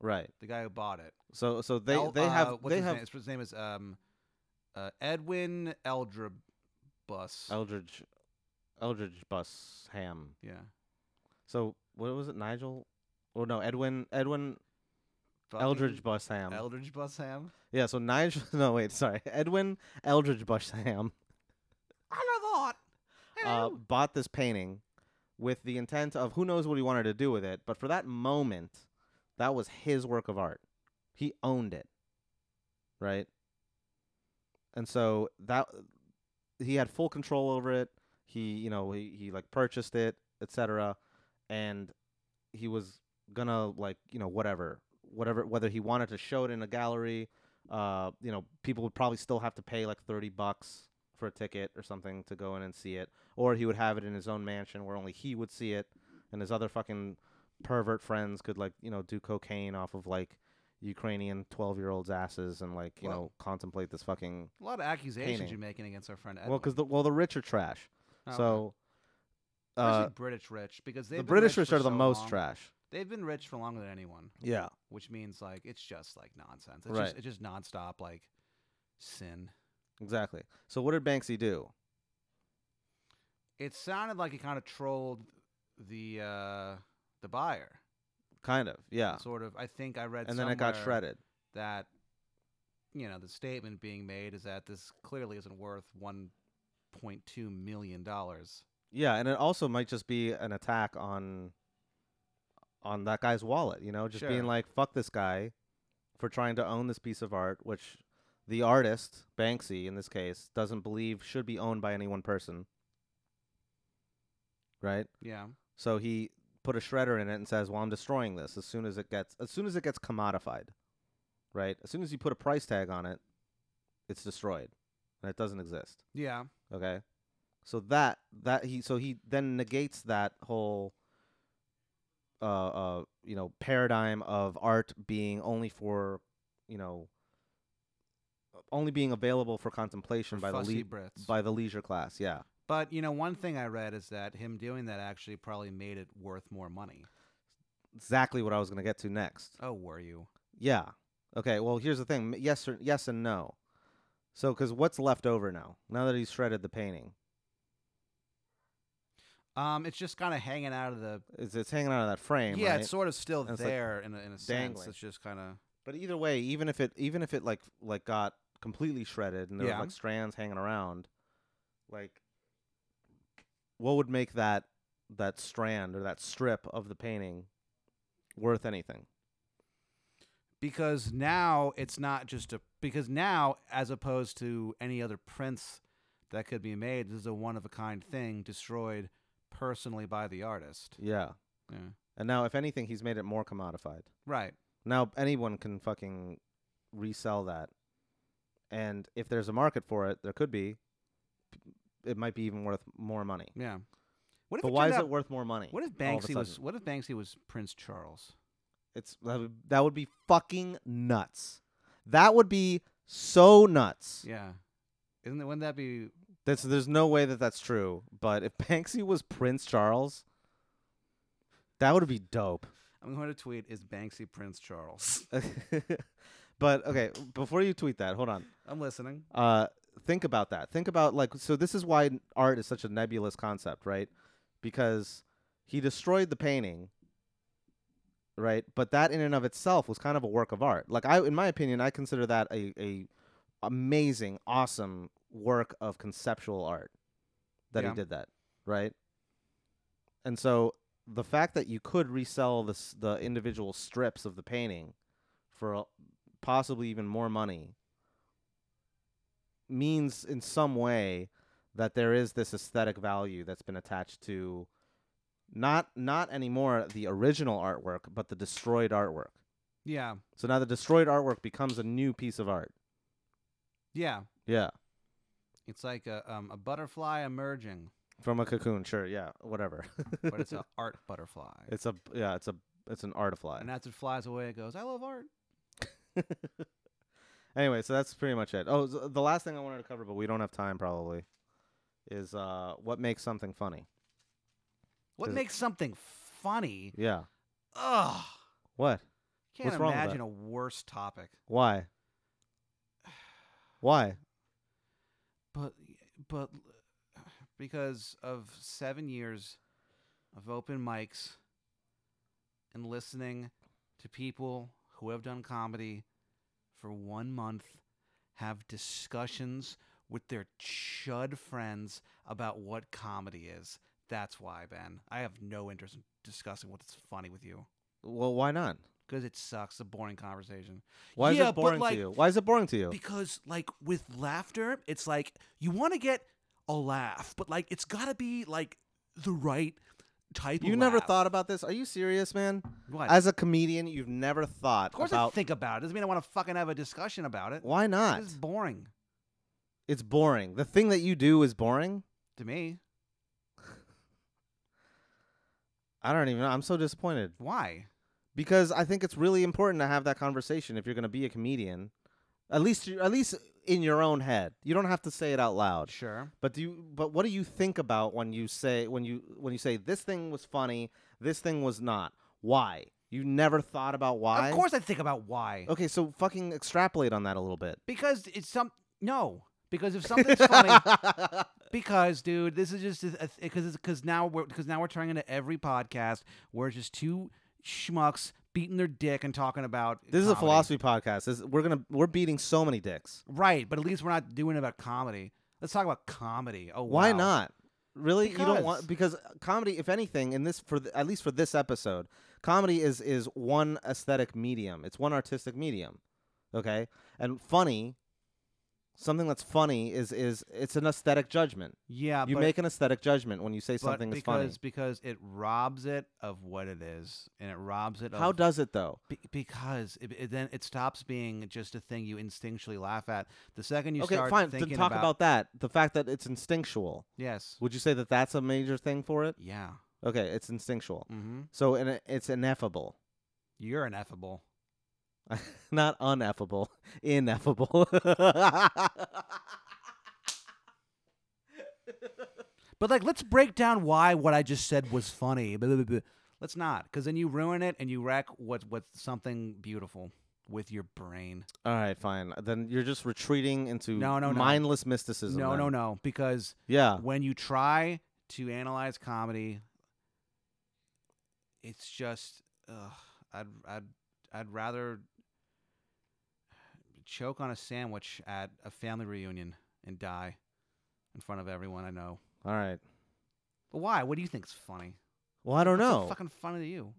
Speaker 2: Right.
Speaker 3: the guy who bought it.
Speaker 2: So so they
Speaker 3: El-
Speaker 2: they have
Speaker 3: uh, what's
Speaker 2: they
Speaker 3: his
Speaker 2: have
Speaker 3: name? his name is um, uh, Edwin Eldrabus.
Speaker 2: Eldridge, Eldridge Bus Ham.
Speaker 3: yeah,
Speaker 2: So what was it, Nigel? Or no, Edwin, Edwin Eldridge
Speaker 3: Eldridge
Speaker 2: Bus Ham.
Speaker 3: Eldridge Busham.
Speaker 2: yeah, so Nigel. No, wait, sorry, Edwin Eldridge Bus Ham
Speaker 3: I love art.
Speaker 2: uh,
Speaker 3: Hello.
Speaker 2: bought this painting with the intent of who knows what he wanted to do with it, but for that moment, that was his work of art. He owned it, right? And so that he had full control over it. He, you know, he, he like purchased it, etc. And he was gonna like, you know, whatever, whatever, whether he wanted to show it in a gallery, uh, you know, people would probably still have to pay like thirty bucks for a ticket or something to go in and see it, or he would have it in his own mansion where only he would see it, and his other fucking pervert friends could like, you know, do cocaine off of like Ukrainian twelve-year-olds' asses and like, you
Speaker 3: Well-
Speaker 2: know, contemplate this fucking
Speaker 3: a lot of accusations
Speaker 2: painting.
Speaker 3: you're making against our friend. Edwin.
Speaker 2: well, because the well the rich are trash.
Speaker 3: Oh, okay.
Speaker 2: So
Speaker 3: Especially
Speaker 2: uh,
Speaker 3: British rich because they've
Speaker 2: the
Speaker 3: been
Speaker 2: British
Speaker 3: rich
Speaker 2: rich
Speaker 3: for
Speaker 2: are the
Speaker 3: so
Speaker 2: most
Speaker 3: long.
Speaker 2: trash.
Speaker 3: They've been rich for longer than anyone,
Speaker 2: Yeah.
Speaker 3: which means like it's just like nonsense. It's
Speaker 2: Right.
Speaker 3: just it's just nonstop like sin.
Speaker 2: Exactly. So what did Banksy do?
Speaker 3: It sounded like he kind of trolled the uh the buyer.
Speaker 2: Kind of. Yeah.
Speaker 3: Sort of. I think I read
Speaker 2: And then it got
Speaker 3: somewhere
Speaker 2: shredded.
Speaker 3: that you know the statement being made is that this clearly isn't worth one point two million dollars.
Speaker 2: Yeah, and it also might just be an attack on on that guy's wallet, you know, just
Speaker 3: Sure.
Speaker 2: being like fuck this guy for trying to own this piece of art which the artist, Banksy in this case, doesn't believe should be owned by any one person. Right?
Speaker 3: Yeah.
Speaker 2: So he put a shredder in it and says, "Well, I'm destroying this as soon as it gets as soon as it gets commodified, right? As soon as you put a price tag on it, it's destroyed and it doesn't exist."
Speaker 3: Yeah.
Speaker 2: Okay, so that that he so he then negates that whole uh uh you know paradigm of art being only for you know only being available for contemplation
Speaker 3: for
Speaker 2: by the
Speaker 3: fussy
Speaker 2: le-
Speaker 3: Brits.
Speaker 2: by the leisure class. Yeah,
Speaker 3: But you know, one thing I read is that him doing that actually probably made it worth more money.
Speaker 2: exactly what I was gonna get to next.
Speaker 3: Oh, were you?
Speaker 2: Yeah. Okay. Well, here's the thing. M- Yes or yes and no. So, because what's left over now? Now that he's shredded the painting,
Speaker 3: Um, it's just kind of hanging out of the.
Speaker 2: it's, it's hanging out of that frame.
Speaker 3: yeah,
Speaker 2: right?
Speaker 3: it's sort of still
Speaker 2: And it's, like,
Speaker 3: there in a, in a sense.
Speaker 2: dangling.
Speaker 3: It's just kind of.
Speaker 2: but either way, even if it even if it like like got completely shredded and there
Speaker 3: Yeah.
Speaker 2: was like strands hanging around, like what would make that that strand or that strip of the painting worth anything?
Speaker 3: Because now it's not just a. Because now, as opposed to any other prints that could be made, this is a one of a kind thing destroyed personally by the artist.
Speaker 2: Yeah.
Speaker 3: Yeah.
Speaker 2: And now, if anything, he's made it more commodified.
Speaker 3: Right.
Speaker 2: Now anyone can fucking resell that. And if there's a market for it, there could be. p- It might be even worth more money.
Speaker 3: Yeah. What if
Speaker 2: But
Speaker 3: it
Speaker 2: why
Speaker 3: turned
Speaker 2: is
Speaker 3: out,
Speaker 2: it worth more money?
Speaker 3: What if
Speaker 2: all of a
Speaker 3: Banksy was?
Speaker 2: sudden?
Speaker 3: What if Banksy was Prince Charles?
Speaker 2: It's that would, that would be fucking nuts. That would be so nuts.
Speaker 3: Yeah. Isn't it? Wouldn't that be?
Speaker 2: That's there's no way that that's true. But if Banksy was Prince Charles, that would be dope.
Speaker 3: I'm going to tweet: Is Banksy Prince Charles?
Speaker 2: but okay, before you tweet that, hold on.
Speaker 3: I'm listening.
Speaker 2: Uh, think about that. Think about like so. This is why art is such a nebulous concept, right? Because he destroyed the painting, right? But that in and of itself was kind of a work of art. Like I, in my opinion, I consider that a a amazing, awesome work of conceptual art that
Speaker 3: Yeah.
Speaker 2: he did that, right? And so the fact that you could resell this the individual strips of the painting for a- possibly even more money means in some way that there is this aesthetic value that's been attached to not not anymore the original artwork but the destroyed artwork
Speaker 3: Yeah.
Speaker 2: so now the destroyed artwork becomes a new piece of art
Speaker 3: Yeah.
Speaker 2: yeah
Speaker 3: It's like a um, a butterfly emerging,
Speaker 2: from a cocoon sure yeah whatever
Speaker 3: but it's an art butterfly.
Speaker 2: it's a yeah it's a it's an artifly
Speaker 3: and as it flies away, it goes, "I love art."
Speaker 2: anyway so that's pretty much it oh s- the last thing i wanted to cover but we don't have time probably is uh what makes something funny
Speaker 3: What
Speaker 2: Does-
Speaker 3: makes something funny?
Speaker 2: yeah
Speaker 3: Ugh.
Speaker 2: what
Speaker 3: Can't
Speaker 2: What's wrong with that?
Speaker 3: imagine a worse topic.
Speaker 2: why why
Speaker 3: But but because of seven years of open mics and listening to people who have done comedy for one month have discussions with their chud friends about what comedy is. That's why, Ben. I have no interest in discussing what's funny with you
Speaker 2: well why not
Speaker 3: because it sucks. A boring conversation.
Speaker 2: why is
Speaker 3: Yeah,
Speaker 2: it
Speaker 3: but,
Speaker 2: boring
Speaker 3: like,
Speaker 2: to you why is it boring to you
Speaker 3: Because like with laughter, it's like you want to get a laugh, but like it's got to be like the right type.
Speaker 2: You
Speaker 3: of
Speaker 2: never
Speaker 3: laugh.
Speaker 2: thought about this? Are you serious, man?
Speaker 3: What?
Speaker 2: As a comedian, you've never thought
Speaker 3: of course, I
Speaker 2: about
Speaker 3: think about it. Doesn't mean I want to fucking have a discussion about it.
Speaker 2: why not?
Speaker 3: It's boring
Speaker 2: It's boring. The thing that you do is boring.
Speaker 3: to me.
Speaker 2: I don't even know. I'm so disappointed
Speaker 3: Why?
Speaker 2: because I think it's really important to have that conversation if you're going to be a comedian. At least you at least in your own head. You don't have to say it out loud.
Speaker 3: Sure.
Speaker 2: But do you but what do you think about when you say when you when you say this thing was funny, this thing was not? Why? You never thought about why? Oh.
Speaker 3: Of course, I think about why.
Speaker 2: Okay, so fucking extrapolate on that a little bit.
Speaker 3: Because it's some no. Because if something's funny, because dude this is just because because now we're because now we're turning into every podcast where it's just two schmucks beating their dick and talking about
Speaker 2: This is a
Speaker 3: comedy.
Speaker 2: philosophy podcast. This, we're gonna we're beating so many dicks.
Speaker 3: right but at least we're not doing it about comedy let's talk about comedy oh
Speaker 2: Why
Speaker 3: wow.
Speaker 2: not? Really, you don't want
Speaker 3: Because-
Speaker 2: because uh, comedy, if anything, in this for the, at least for this episode, comedy is is one aesthetic medium. It's one artistic medium. Okay, and funny, something that's funny is is it's an aesthetic judgment.
Speaker 3: yeah
Speaker 2: you
Speaker 3: but,
Speaker 2: make an aesthetic judgment when you say
Speaker 3: but
Speaker 2: something is
Speaker 3: because
Speaker 2: funny.
Speaker 3: because it robs it of what it is and it robs it
Speaker 2: How
Speaker 3: of
Speaker 2: does it though?
Speaker 3: be- because it, it then it stops being just a thing you instinctually laugh at the second you
Speaker 2: okay,
Speaker 3: start
Speaker 2: fine. Then
Speaker 3: thinking
Speaker 2: talk about, that. The fact that it's instinctual.
Speaker 3: yes
Speaker 2: Would you say that that's a major thing for it?
Speaker 3: yeah
Speaker 2: Okay, it's instinctual.
Speaker 3: mm-hmm
Speaker 2: So and it- it's ineffable.
Speaker 3: you're ineffable
Speaker 2: Not uneffable, ineffable.
Speaker 3: But like, let's break down why what I just said was funny. Blah, blah, blah. Let's not, because then you ruin it and you wreck what what something beautiful with your brain.
Speaker 2: All right, fine. Then you're just retreating into
Speaker 3: No, no, no.
Speaker 2: mindless mysticism.
Speaker 3: No, no,
Speaker 2: then.
Speaker 3: no, because
Speaker 2: Yeah.
Speaker 3: when you try to analyze comedy, it's just ugh, I'd I'd I'd rather choke on a sandwich at a family reunion and die in front of everyone I know.
Speaker 2: All right. But
Speaker 3: why? What do you think's funny?
Speaker 2: Well, I don't
Speaker 3: What's so
Speaker 2: know.
Speaker 3: fucking funny to you.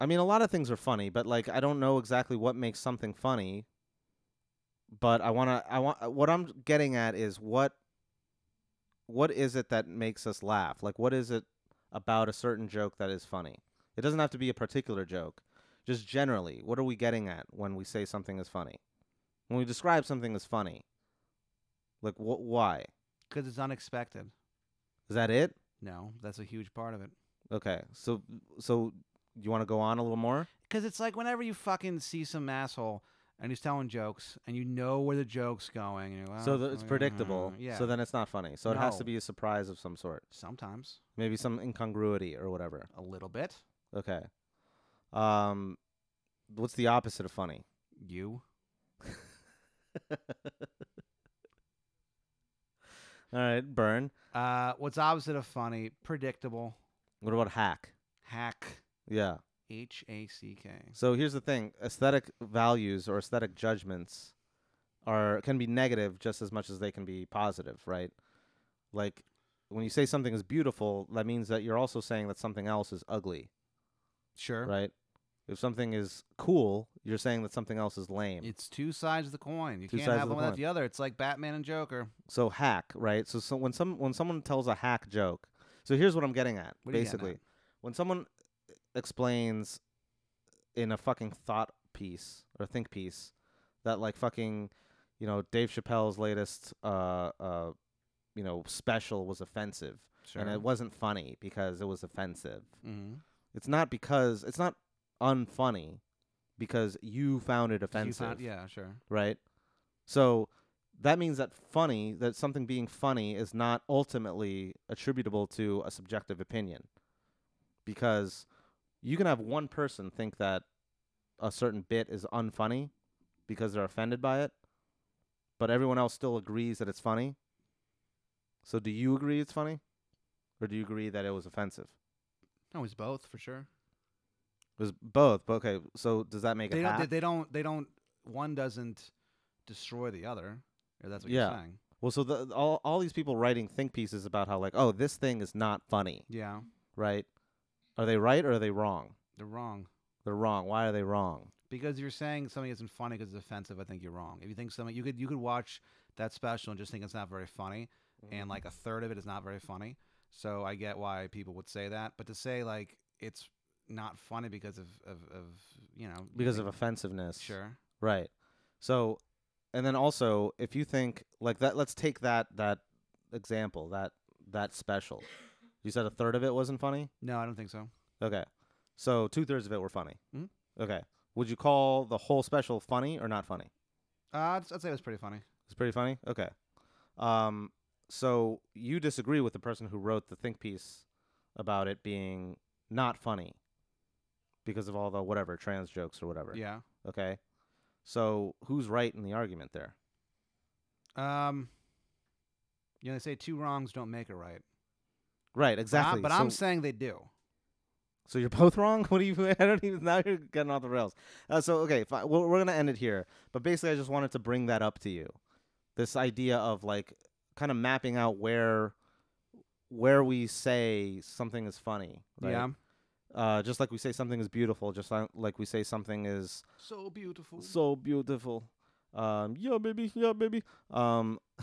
Speaker 2: I mean, a lot of things are funny, but like, I don't know exactly what makes something funny. But I wanna, I want. uh, What I'm getting at is what, what is it that makes us laugh? Like, what is it about a certain joke that is funny? It doesn't have to be a particular joke. Just generally, what are we getting at when we say something is funny? When we describe something as funny, like what? Why
Speaker 3: Because it's unexpected.
Speaker 2: is that it?
Speaker 3: No, that's a huge part of it.
Speaker 2: Okay, so so you want to go on a little more?
Speaker 3: Because it's like whenever you fucking see some asshole and he's telling jokes, and you know where the joke's going. And you're like,
Speaker 2: so
Speaker 3: "Oh,
Speaker 2: that it's
Speaker 3: fuck, uh,
Speaker 2: predictable.
Speaker 3: Yeah.
Speaker 2: So then it's not funny. So it has to
Speaker 3: No.
Speaker 2: be a surprise of some sort.
Speaker 3: sometimes
Speaker 2: Maybe some incongruity or whatever.
Speaker 3: a little bit.
Speaker 2: Okay. Um, what's the opposite of funny?
Speaker 3: You.
Speaker 2: All right, burn.
Speaker 3: Uh, what's opposite of funny? Predictable.
Speaker 2: What about hack?
Speaker 3: Hack.
Speaker 2: Yeah.
Speaker 3: H A C K.
Speaker 2: So here's the thing: aesthetic values or aesthetic judgments are can be negative just as much as they can be positive, right? Like when you say something is beautiful, that means that you're also saying that something else is ugly,
Speaker 3: Sure.
Speaker 2: right? If something is cool, you're saying that something else is lame.
Speaker 3: It's two sides of the coin. You
Speaker 2: Two
Speaker 3: can't
Speaker 2: sides
Speaker 3: have
Speaker 2: of the
Speaker 3: one without
Speaker 2: coin.
Speaker 3: the other. It's like Batman and Joker.
Speaker 2: so hack, right? So, so when some when someone tells a hack joke, so here's what I'm getting at.
Speaker 3: What are you getting
Speaker 2: basically,
Speaker 3: at?
Speaker 2: when someone explains in a fucking thought piece or think piece that like fucking, you know, Dave Chappelle's latest uh uh, you know, special was offensive
Speaker 3: Sure.
Speaker 2: and it wasn't funny because it was offensive.
Speaker 3: Mhm.
Speaker 2: It's not because it's not unfunny because you found it
Speaker 3: So you
Speaker 2: offensive
Speaker 3: found- yeah, sure.
Speaker 2: right? So that means that funny, that something being funny is not ultimately attributable to a subjective opinion. Because you can have one person think that a certain bit is unfunny because they're offended by it, but everyone else still agrees that it's funny. So do you agree it's funny? Or do you agree that it was offensive?
Speaker 3: No, it's both for sure.
Speaker 2: It was both, but okay, so does that make
Speaker 3: they
Speaker 2: it
Speaker 3: don't. They,
Speaker 2: half?
Speaker 3: they don't. They don't. One doesn't destroy the other. If that's what
Speaker 2: Yeah.
Speaker 3: you're saying.
Speaker 2: Well, so the, all all these people writing think pieces about how like, oh, this thing is not funny.
Speaker 3: Yeah,
Speaker 2: right? Are they right or are they wrong?
Speaker 3: they're wrong
Speaker 2: They're wrong. Why are they wrong?
Speaker 3: because you're saying something isn't funny because it's offensive. I think you're wrong. If you think something, you could you could watch that special and just think it's not very funny, and like a third of it is not very funny. So I get why people would say that, but to say like it's not funny because of of, of you know you
Speaker 2: Because of
Speaker 3: think-
Speaker 2: offensiveness.
Speaker 3: sure
Speaker 2: Right. So, and then also, if you think like that, let's take that that example that that special. You said a third of it wasn't funny.
Speaker 3: no I don't think so
Speaker 2: Okay. So two thirds of it were funny.
Speaker 3: Mhm.
Speaker 2: Okay. Would you call the whole special funny or not funny?
Speaker 3: uh, I'd, I'd say it was pretty funny
Speaker 2: It's pretty funny. Okay. Um. So you disagree with the person who wrote the think piece about it being not funny because of all the whatever trans jokes or whatever.
Speaker 3: yeah
Speaker 2: Okay. So who's right in the argument there?
Speaker 3: um you know they say two wrongs don't make it right
Speaker 2: Right.
Speaker 3: But I-
Speaker 2: Exactly.
Speaker 3: but
Speaker 2: so,
Speaker 3: I'm saying they do
Speaker 2: so you're both wrong. What do you? I don't even. Now you're getting off the rails. Uh, so okay, fine. Well, we're gonna end it here. But basically, I just wanted to bring that up to you. This idea of like kind of mapping out where where we say something is funny. Right?
Speaker 3: yeah
Speaker 2: Uh, just like we say something is beautiful, just li- like we say something is
Speaker 3: so beautiful
Speaker 2: so beautiful. Um, yeah, baby, yeah, baby. Um,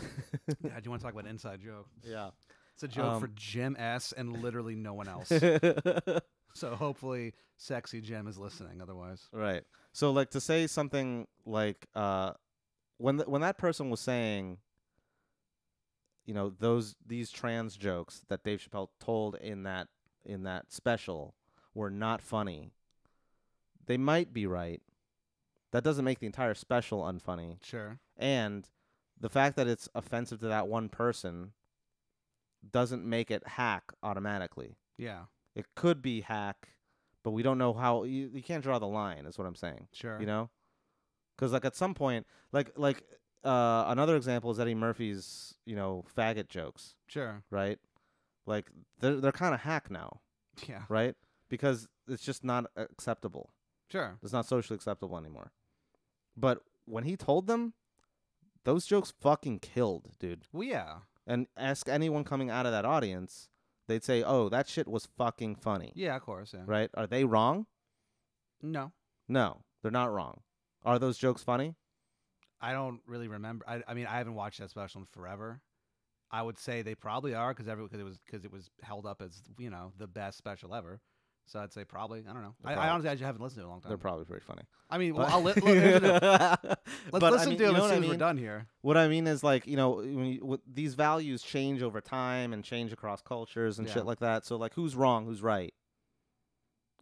Speaker 3: yeah, do you want to talk about an inside joke?
Speaker 2: yeah.
Speaker 3: It's a joke for
Speaker 2: Um,
Speaker 3: Jim S. and literally no one else. so hopefully, sexy Jim is listening. Otherwise,
Speaker 2: right. So like to say something like uh, when th- when that person was saying, you know, those these trans jokes that Dave Chappelle told in that in that special were not funny. They might be right. That doesn't make the entire special unfunny.
Speaker 3: sure.
Speaker 2: And the fact that it's offensive to that one person doesn't make it hack automatically.
Speaker 3: Yeah,
Speaker 2: It could be hack, but we don't know how you, you can't draw the line is what I'm saying.
Speaker 3: sure.
Speaker 2: You know? Cuz like at some point like like uh another example is Eddie Murphy's, you know, faggot jokes,
Speaker 3: sure.
Speaker 2: right? Like they're they're kind of hack now,
Speaker 3: Yeah,
Speaker 2: right? Because it's just not acceptable.
Speaker 3: sure.
Speaker 2: It's not socially acceptable anymore. But when he told them, those jokes fucking killed, dude.
Speaker 3: Well, yeah,
Speaker 2: And ask anyone coming out of that audience, they'd say, "Oh, that shit was fucking funny."
Speaker 3: yeah, of course. Yeah.
Speaker 2: Right? Are they wrong?
Speaker 3: No,
Speaker 2: No, they're not wrong. Are those jokes funny?
Speaker 3: I don't really remember. I, I mean, I haven't watched that special in forever. I would say they probably are because every because it was because it was held up as you know the best special ever. So I'd say probably. I don't know. I, I
Speaker 2: Probably.
Speaker 3: honestly I just haven't listened to it in a long time.
Speaker 2: They're probably pretty funny.
Speaker 3: I mean, well,
Speaker 2: But-
Speaker 3: I'll li- li- here's the deal. let's
Speaker 2: But I
Speaker 3: listen
Speaker 2: mean,
Speaker 3: to
Speaker 2: you
Speaker 3: it
Speaker 2: know
Speaker 3: as
Speaker 2: what I
Speaker 3: soon as we're
Speaker 2: mean?
Speaker 3: done here.
Speaker 2: What I mean is like you know when you, with, these values change over time and change across cultures and
Speaker 3: Yeah.
Speaker 2: shit like that. So like who's wrong, who's right,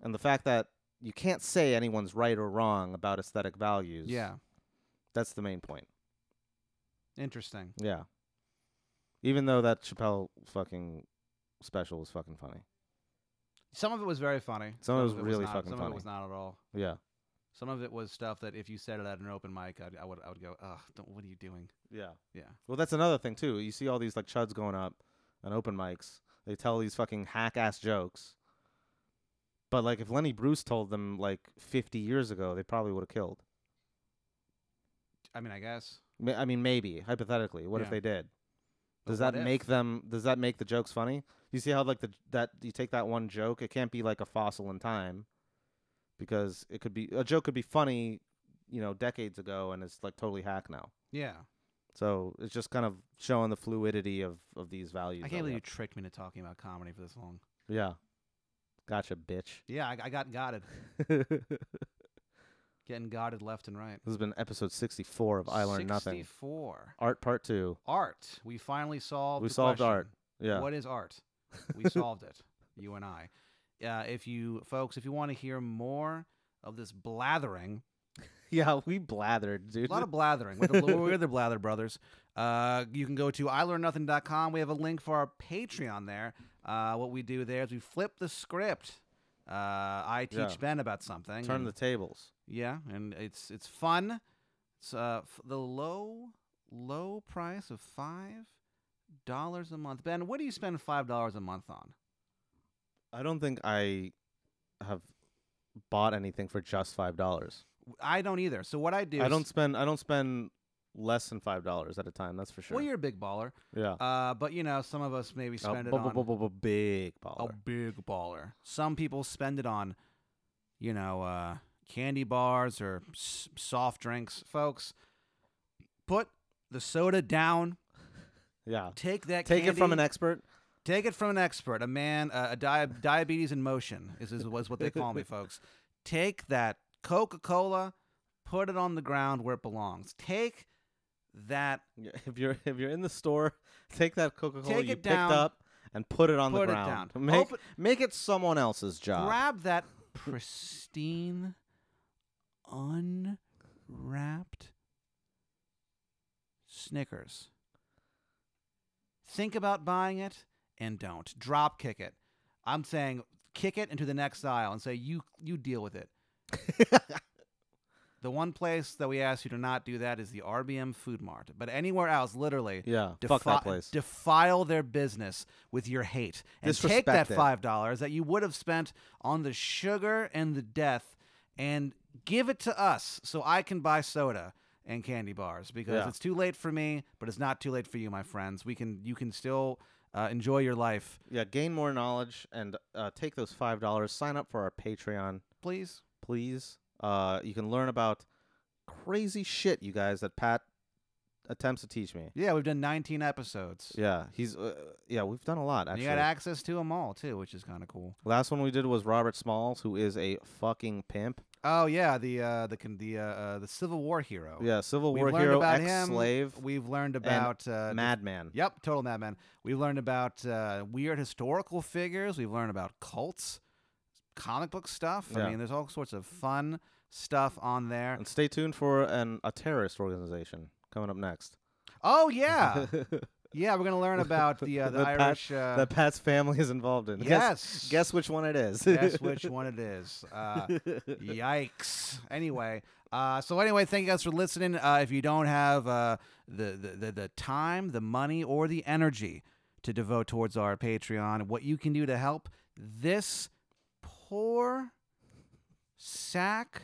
Speaker 2: and the fact that you can't say anyone's right or wrong about aesthetic values
Speaker 3: Yeah,
Speaker 2: That's the main point.
Speaker 3: Interesting.
Speaker 2: Yeah. Even though that Chappelle fucking special was fucking funny.
Speaker 3: Some of it was very funny.
Speaker 2: Some of it was really
Speaker 3: not.
Speaker 2: fucking
Speaker 3: Some of
Speaker 2: funny.
Speaker 3: it was not at all.
Speaker 2: Yeah.
Speaker 3: Some of it was stuff that if you said it at an open mic, I'd, I would I would go, ugh, don't, what are you doing?
Speaker 2: Yeah.
Speaker 3: Yeah.
Speaker 2: Well, that's another thing too. You see all these like chuds going up on open mics. They tell these fucking hack ass jokes. But like if Lenny Bruce told them like 50 years ago, they probably would have killed.
Speaker 3: I mean, I guess.
Speaker 2: Ma- I mean, maybe hypothetically. What if
Speaker 3: Yeah.
Speaker 2: they did?
Speaker 3: But
Speaker 2: Does
Speaker 3: what
Speaker 2: that
Speaker 3: if?
Speaker 2: make them? Does that make the jokes funny? You see how like the that you take that one joke, it can't be like a fossil in time, because it could be a joke could be funny, you know, decades ago, and it's like totally hack now.
Speaker 3: Yeah.
Speaker 2: So it's just kind of showing the fluidity of of these values.
Speaker 3: I
Speaker 2: that we
Speaker 3: can't believe you
Speaker 2: have.
Speaker 3: tricked me into talking about comedy for this long.
Speaker 2: Yeah, gotcha, bitch.
Speaker 3: Yeah, I, I got godded.
Speaker 2: this
Speaker 3: Getting godded left and right.
Speaker 2: has been episode sixty-four of I Learned Nothing
Speaker 3: 64.
Speaker 2: Art Part Two.
Speaker 3: Art. We finally solved
Speaker 2: We
Speaker 3: the
Speaker 2: solved
Speaker 3: question.
Speaker 2: art. Yeah,
Speaker 3: What is art? We solved it, you and I. Uh, if you folks, if you want to hear more of this blathering,
Speaker 2: yeah, we blathered, dude.
Speaker 3: a lot of blathering. We're the, we're the Blather Brothers. Uh, you can go to ilearnnothing.com. We have a link for our Patreon there. Uh, what we do there is we flip the script. Uh, I teach
Speaker 2: Yeah.
Speaker 3: Ben about something.
Speaker 2: Turn
Speaker 3: and-
Speaker 2: the tables.
Speaker 3: Yeah, and it's it's fun. It's uh f- the low low price of five dollars a month. Ben, what do you spend five dollars a month on?
Speaker 2: I don't think I have bought anything for just five dollars.
Speaker 3: W- I don't either. So what I do,
Speaker 2: I
Speaker 3: is-
Speaker 2: don't spend I don't spend less than five dollars at a time. That's for sure.
Speaker 3: Well, you're a big baller,
Speaker 2: yeah,
Speaker 3: uh, but you know some of us maybe
Speaker 2: A
Speaker 3: spend it
Speaker 2: bu-
Speaker 3: on
Speaker 2: bu- bu- bu- big
Speaker 3: a
Speaker 2: baller.
Speaker 3: big baller. Some people spend it on, you know, uh, candy bars or s- soft drinks. Folks, put the soda down.
Speaker 2: Yeah,
Speaker 3: Take that.
Speaker 2: take it from
Speaker 3: candy-
Speaker 2: an expert.
Speaker 3: Take it from an expert, a man, uh, a di- diabetes in motion is, is was what they call me, folks. Take that Coca Cola, put it on the ground where it belongs. Take that,
Speaker 2: Yeah, If you're if you're in the store, take that Coca Cola
Speaker 3: Take
Speaker 2: you
Speaker 3: it
Speaker 2: picked
Speaker 3: down.
Speaker 2: up and put it on
Speaker 3: Put
Speaker 2: the
Speaker 3: it
Speaker 2: ground.
Speaker 3: down.
Speaker 2: Make
Speaker 3: Open-
Speaker 2: make it someone else's job.
Speaker 3: grab that pristine, unwrapped Snickers. Think about buying it and don't drop kick it. I'm saying kick it into the next aisle and say you you deal with it. The one place that we ask you to not do that is the RBM Food Mart. But anywhere else, literally,
Speaker 2: yeah, fuck that
Speaker 3: defi-
Speaker 2: place.
Speaker 3: defile their business with your hate and take
Speaker 2: Disrespect
Speaker 3: that
Speaker 2: it.
Speaker 3: five dollars that you would have spent on the sugar and the death, and give it to us so I can buy soda and candy bars because
Speaker 2: Yeah.
Speaker 3: it's too late for me, but it's not too late for you, my friends. We can you can still uh, enjoy your life,
Speaker 2: yeah, gain more knowledge and uh, take those five dollars. Sign up for our Patreon.
Speaker 3: please.
Speaker 2: please. Uh, you can learn about crazy shit, you guys, that Pat attempts to teach me.
Speaker 3: Yeah, we've done 19 episodes.
Speaker 2: Yeah, he's uh, yeah. We've done a lot
Speaker 3: And
Speaker 2: actually.
Speaker 3: you got access to them all too, which is kind of cool.
Speaker 2: Last one we did was Robert Smalls, who is a fucking pimp.
Speaker 3: Oh yeah, the uh, the con- the uh, uh, the Civil War hero.
Speaker 2: Yeah, Civil
Speaker 3: Oh. We've
Speaker 2: War
Speaker 3: learned
Speaker 2: hero,
Speaker 3: about him.
Speaker 2: ex-slave,
Speaker 3: We've learned about uh,
Speaker 2: madman.
Speaker 3: Yep, total madman. We've learned about uh, weird historical figures. We've learned about cults, comic book stuff.
Speaker 2: Yeah.
Speaker 3: I mean, there's all sorts of fun stuff on there.
Speaker 2: And stay tuned for an a terrorist organization coming up next.
Speaker 3: Oh yeah, yeah. We're gonna learn about the uh, the,
Speaker 2: The Pat-
Speaker 3: Irish. uh,
Speaker 2: that Pat's family is involved in. Guess,
Speaker 3: yes.
Speaker 2: guess which one it is.
Speaker 3: Guess which one it is. Uh, yikes. Anyway, uh, so anyway, thank you guys for listening. Uh, if you don't have uh, the, the, the the time, the money, or the energy to devote towards our Patreon, what you can do to help this poor sack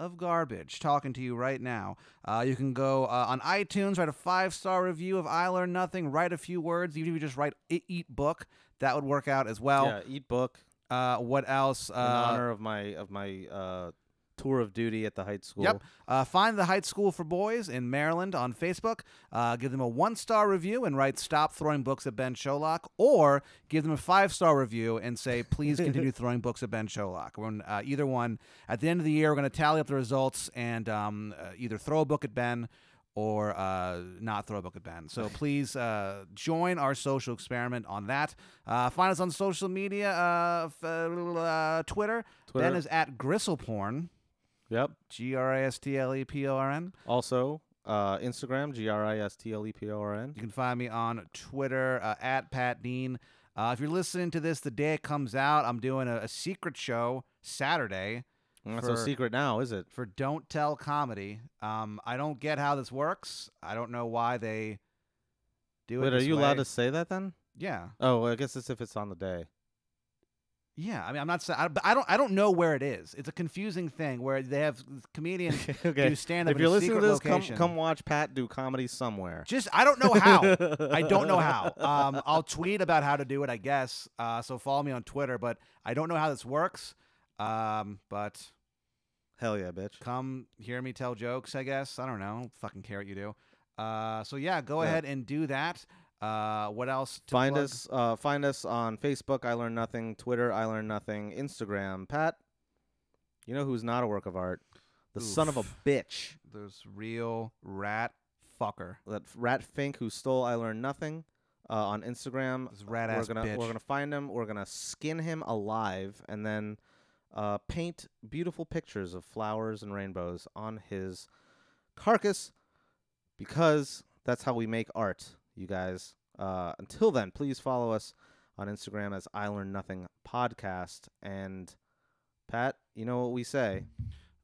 Speaker 3: of garbage talking to you right now. Uh, you can go uh, on iTunes, write a five star review of I Learn Nothing, write a few words, even if you just write "E- eat book. That would work out as well.
Speaker 2: yeah, eat book
Speaker 3: Uh, what else?
Speaker 2: in
Speaker 3: Uh,
Speaker 2: honor of my of my uh, tour of duty at the high school.
Speaker 3: Yep. Uh, find the Heights School for Boys in Maryland on Facebook. Uh, give them a one star review and write "Stop throwing books at Ben Sholok," or give them a five star review and say "Please continue throwing books at Ben Sholok." We're on, uh, either one. At the end of the year, we're going to tally up the results and um, uh, either throw a book at Ben or uh, not throw a book at Ben. So please uh, join our social experiment on that. Uh, find us on social media, uh, f- uh, Twitter.
Speaker 2: Twitter.
Speaker 3: Ben is at Gristleporn.
Speaker 2: Yep.
Speaker 3: G R I S T L E P O R N.
Speaker 2: Also, uh, Instagram, G R I S T L E P O R N.
Speaker 3: You can find me on Twitter uh, at Pat Dean. Uh, if you're listening to this the day it comes out, I'm doing a, a secret show Saturday
Speaker 2: Not so
Speaker 3: for-
Speaker 2: secret now, is it?
Speaker 3: for Don't Tell Comedy. Um, I don't get how this works. I don't know why they do it.
Speaker 2: Wait, are
Speaker 3: this
Speaker 2: you allowed to
Speaker 3: way.
Speaker 2: say that then?
Speaker 3: Yeah,
Speaker 2: Oh, well, I guess it's if it's on the day.
Speaker 3: yeah. I mean, I'm not saying, but I don't. I don't know where it is. It's a confusing thing where they have comedians do
Speaker 2: okay.
Speaker 3: stand up.
Speaker 2: If you're listening to this, come,
Speaker 3: location.
Speaker 2: come watch Pat do comedy somewhere.
Speaker 3: Just I don't know how. I don't know how. Um, I'll tweet about how to do it, I guess. Uh, so follow me on Twitter, but I don't know how this works. Um, but
Speaker 2: Hell yeah, bitch.
Speaker 3: come hear me tell jokes, I guess. I don't know. I don't fucking care what you do. Uh, so yeah, go
Speaker 2: Yeah.
Speaker 3: ahead and do that. Uh, what else? To
Speaker 2: Find
Speaker 3: plug?
Speaker 2: us, uh, find us on Facebook. I learn nothing. Twitter. I learn nothing. Instagram. Pat. You know who's not a work of art? The son of a
Speaker 3: Oof.
Speaker 2: bitch.
Speaker 3: There's real rat fucker.
Speaker 2: That rat Fink who stole I learn nothing uh, on Instagram.
Speaker 3: This rat
Speaker 2: we're
Speaker 3: ass
Speaker 2: gonna
Speaker 3: bitch.
Speaker 2: we're gonna find him. We're gonna skin him alive, and then uh, paint beautiful pictures of flowers and rainbows on his carcass, because that's how we make art, you guys. Uh, until then, please follow us on Instagram as I Learn Nothing Podcast. And Pat, you know what we say.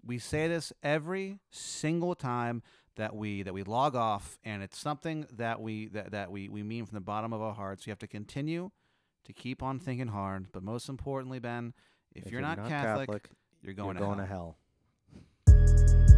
Speaker 3: We say this every single time that we that we log off, and it's something that we that, that we we mean from the bottom of our hearts. You have to continue to keep on thinking hard, but most importantly, Ben, if, you're, not, Catholic, you're going,
Speaker 2: you're going
Speaker 3: to hell.
Speaker 2: to hell.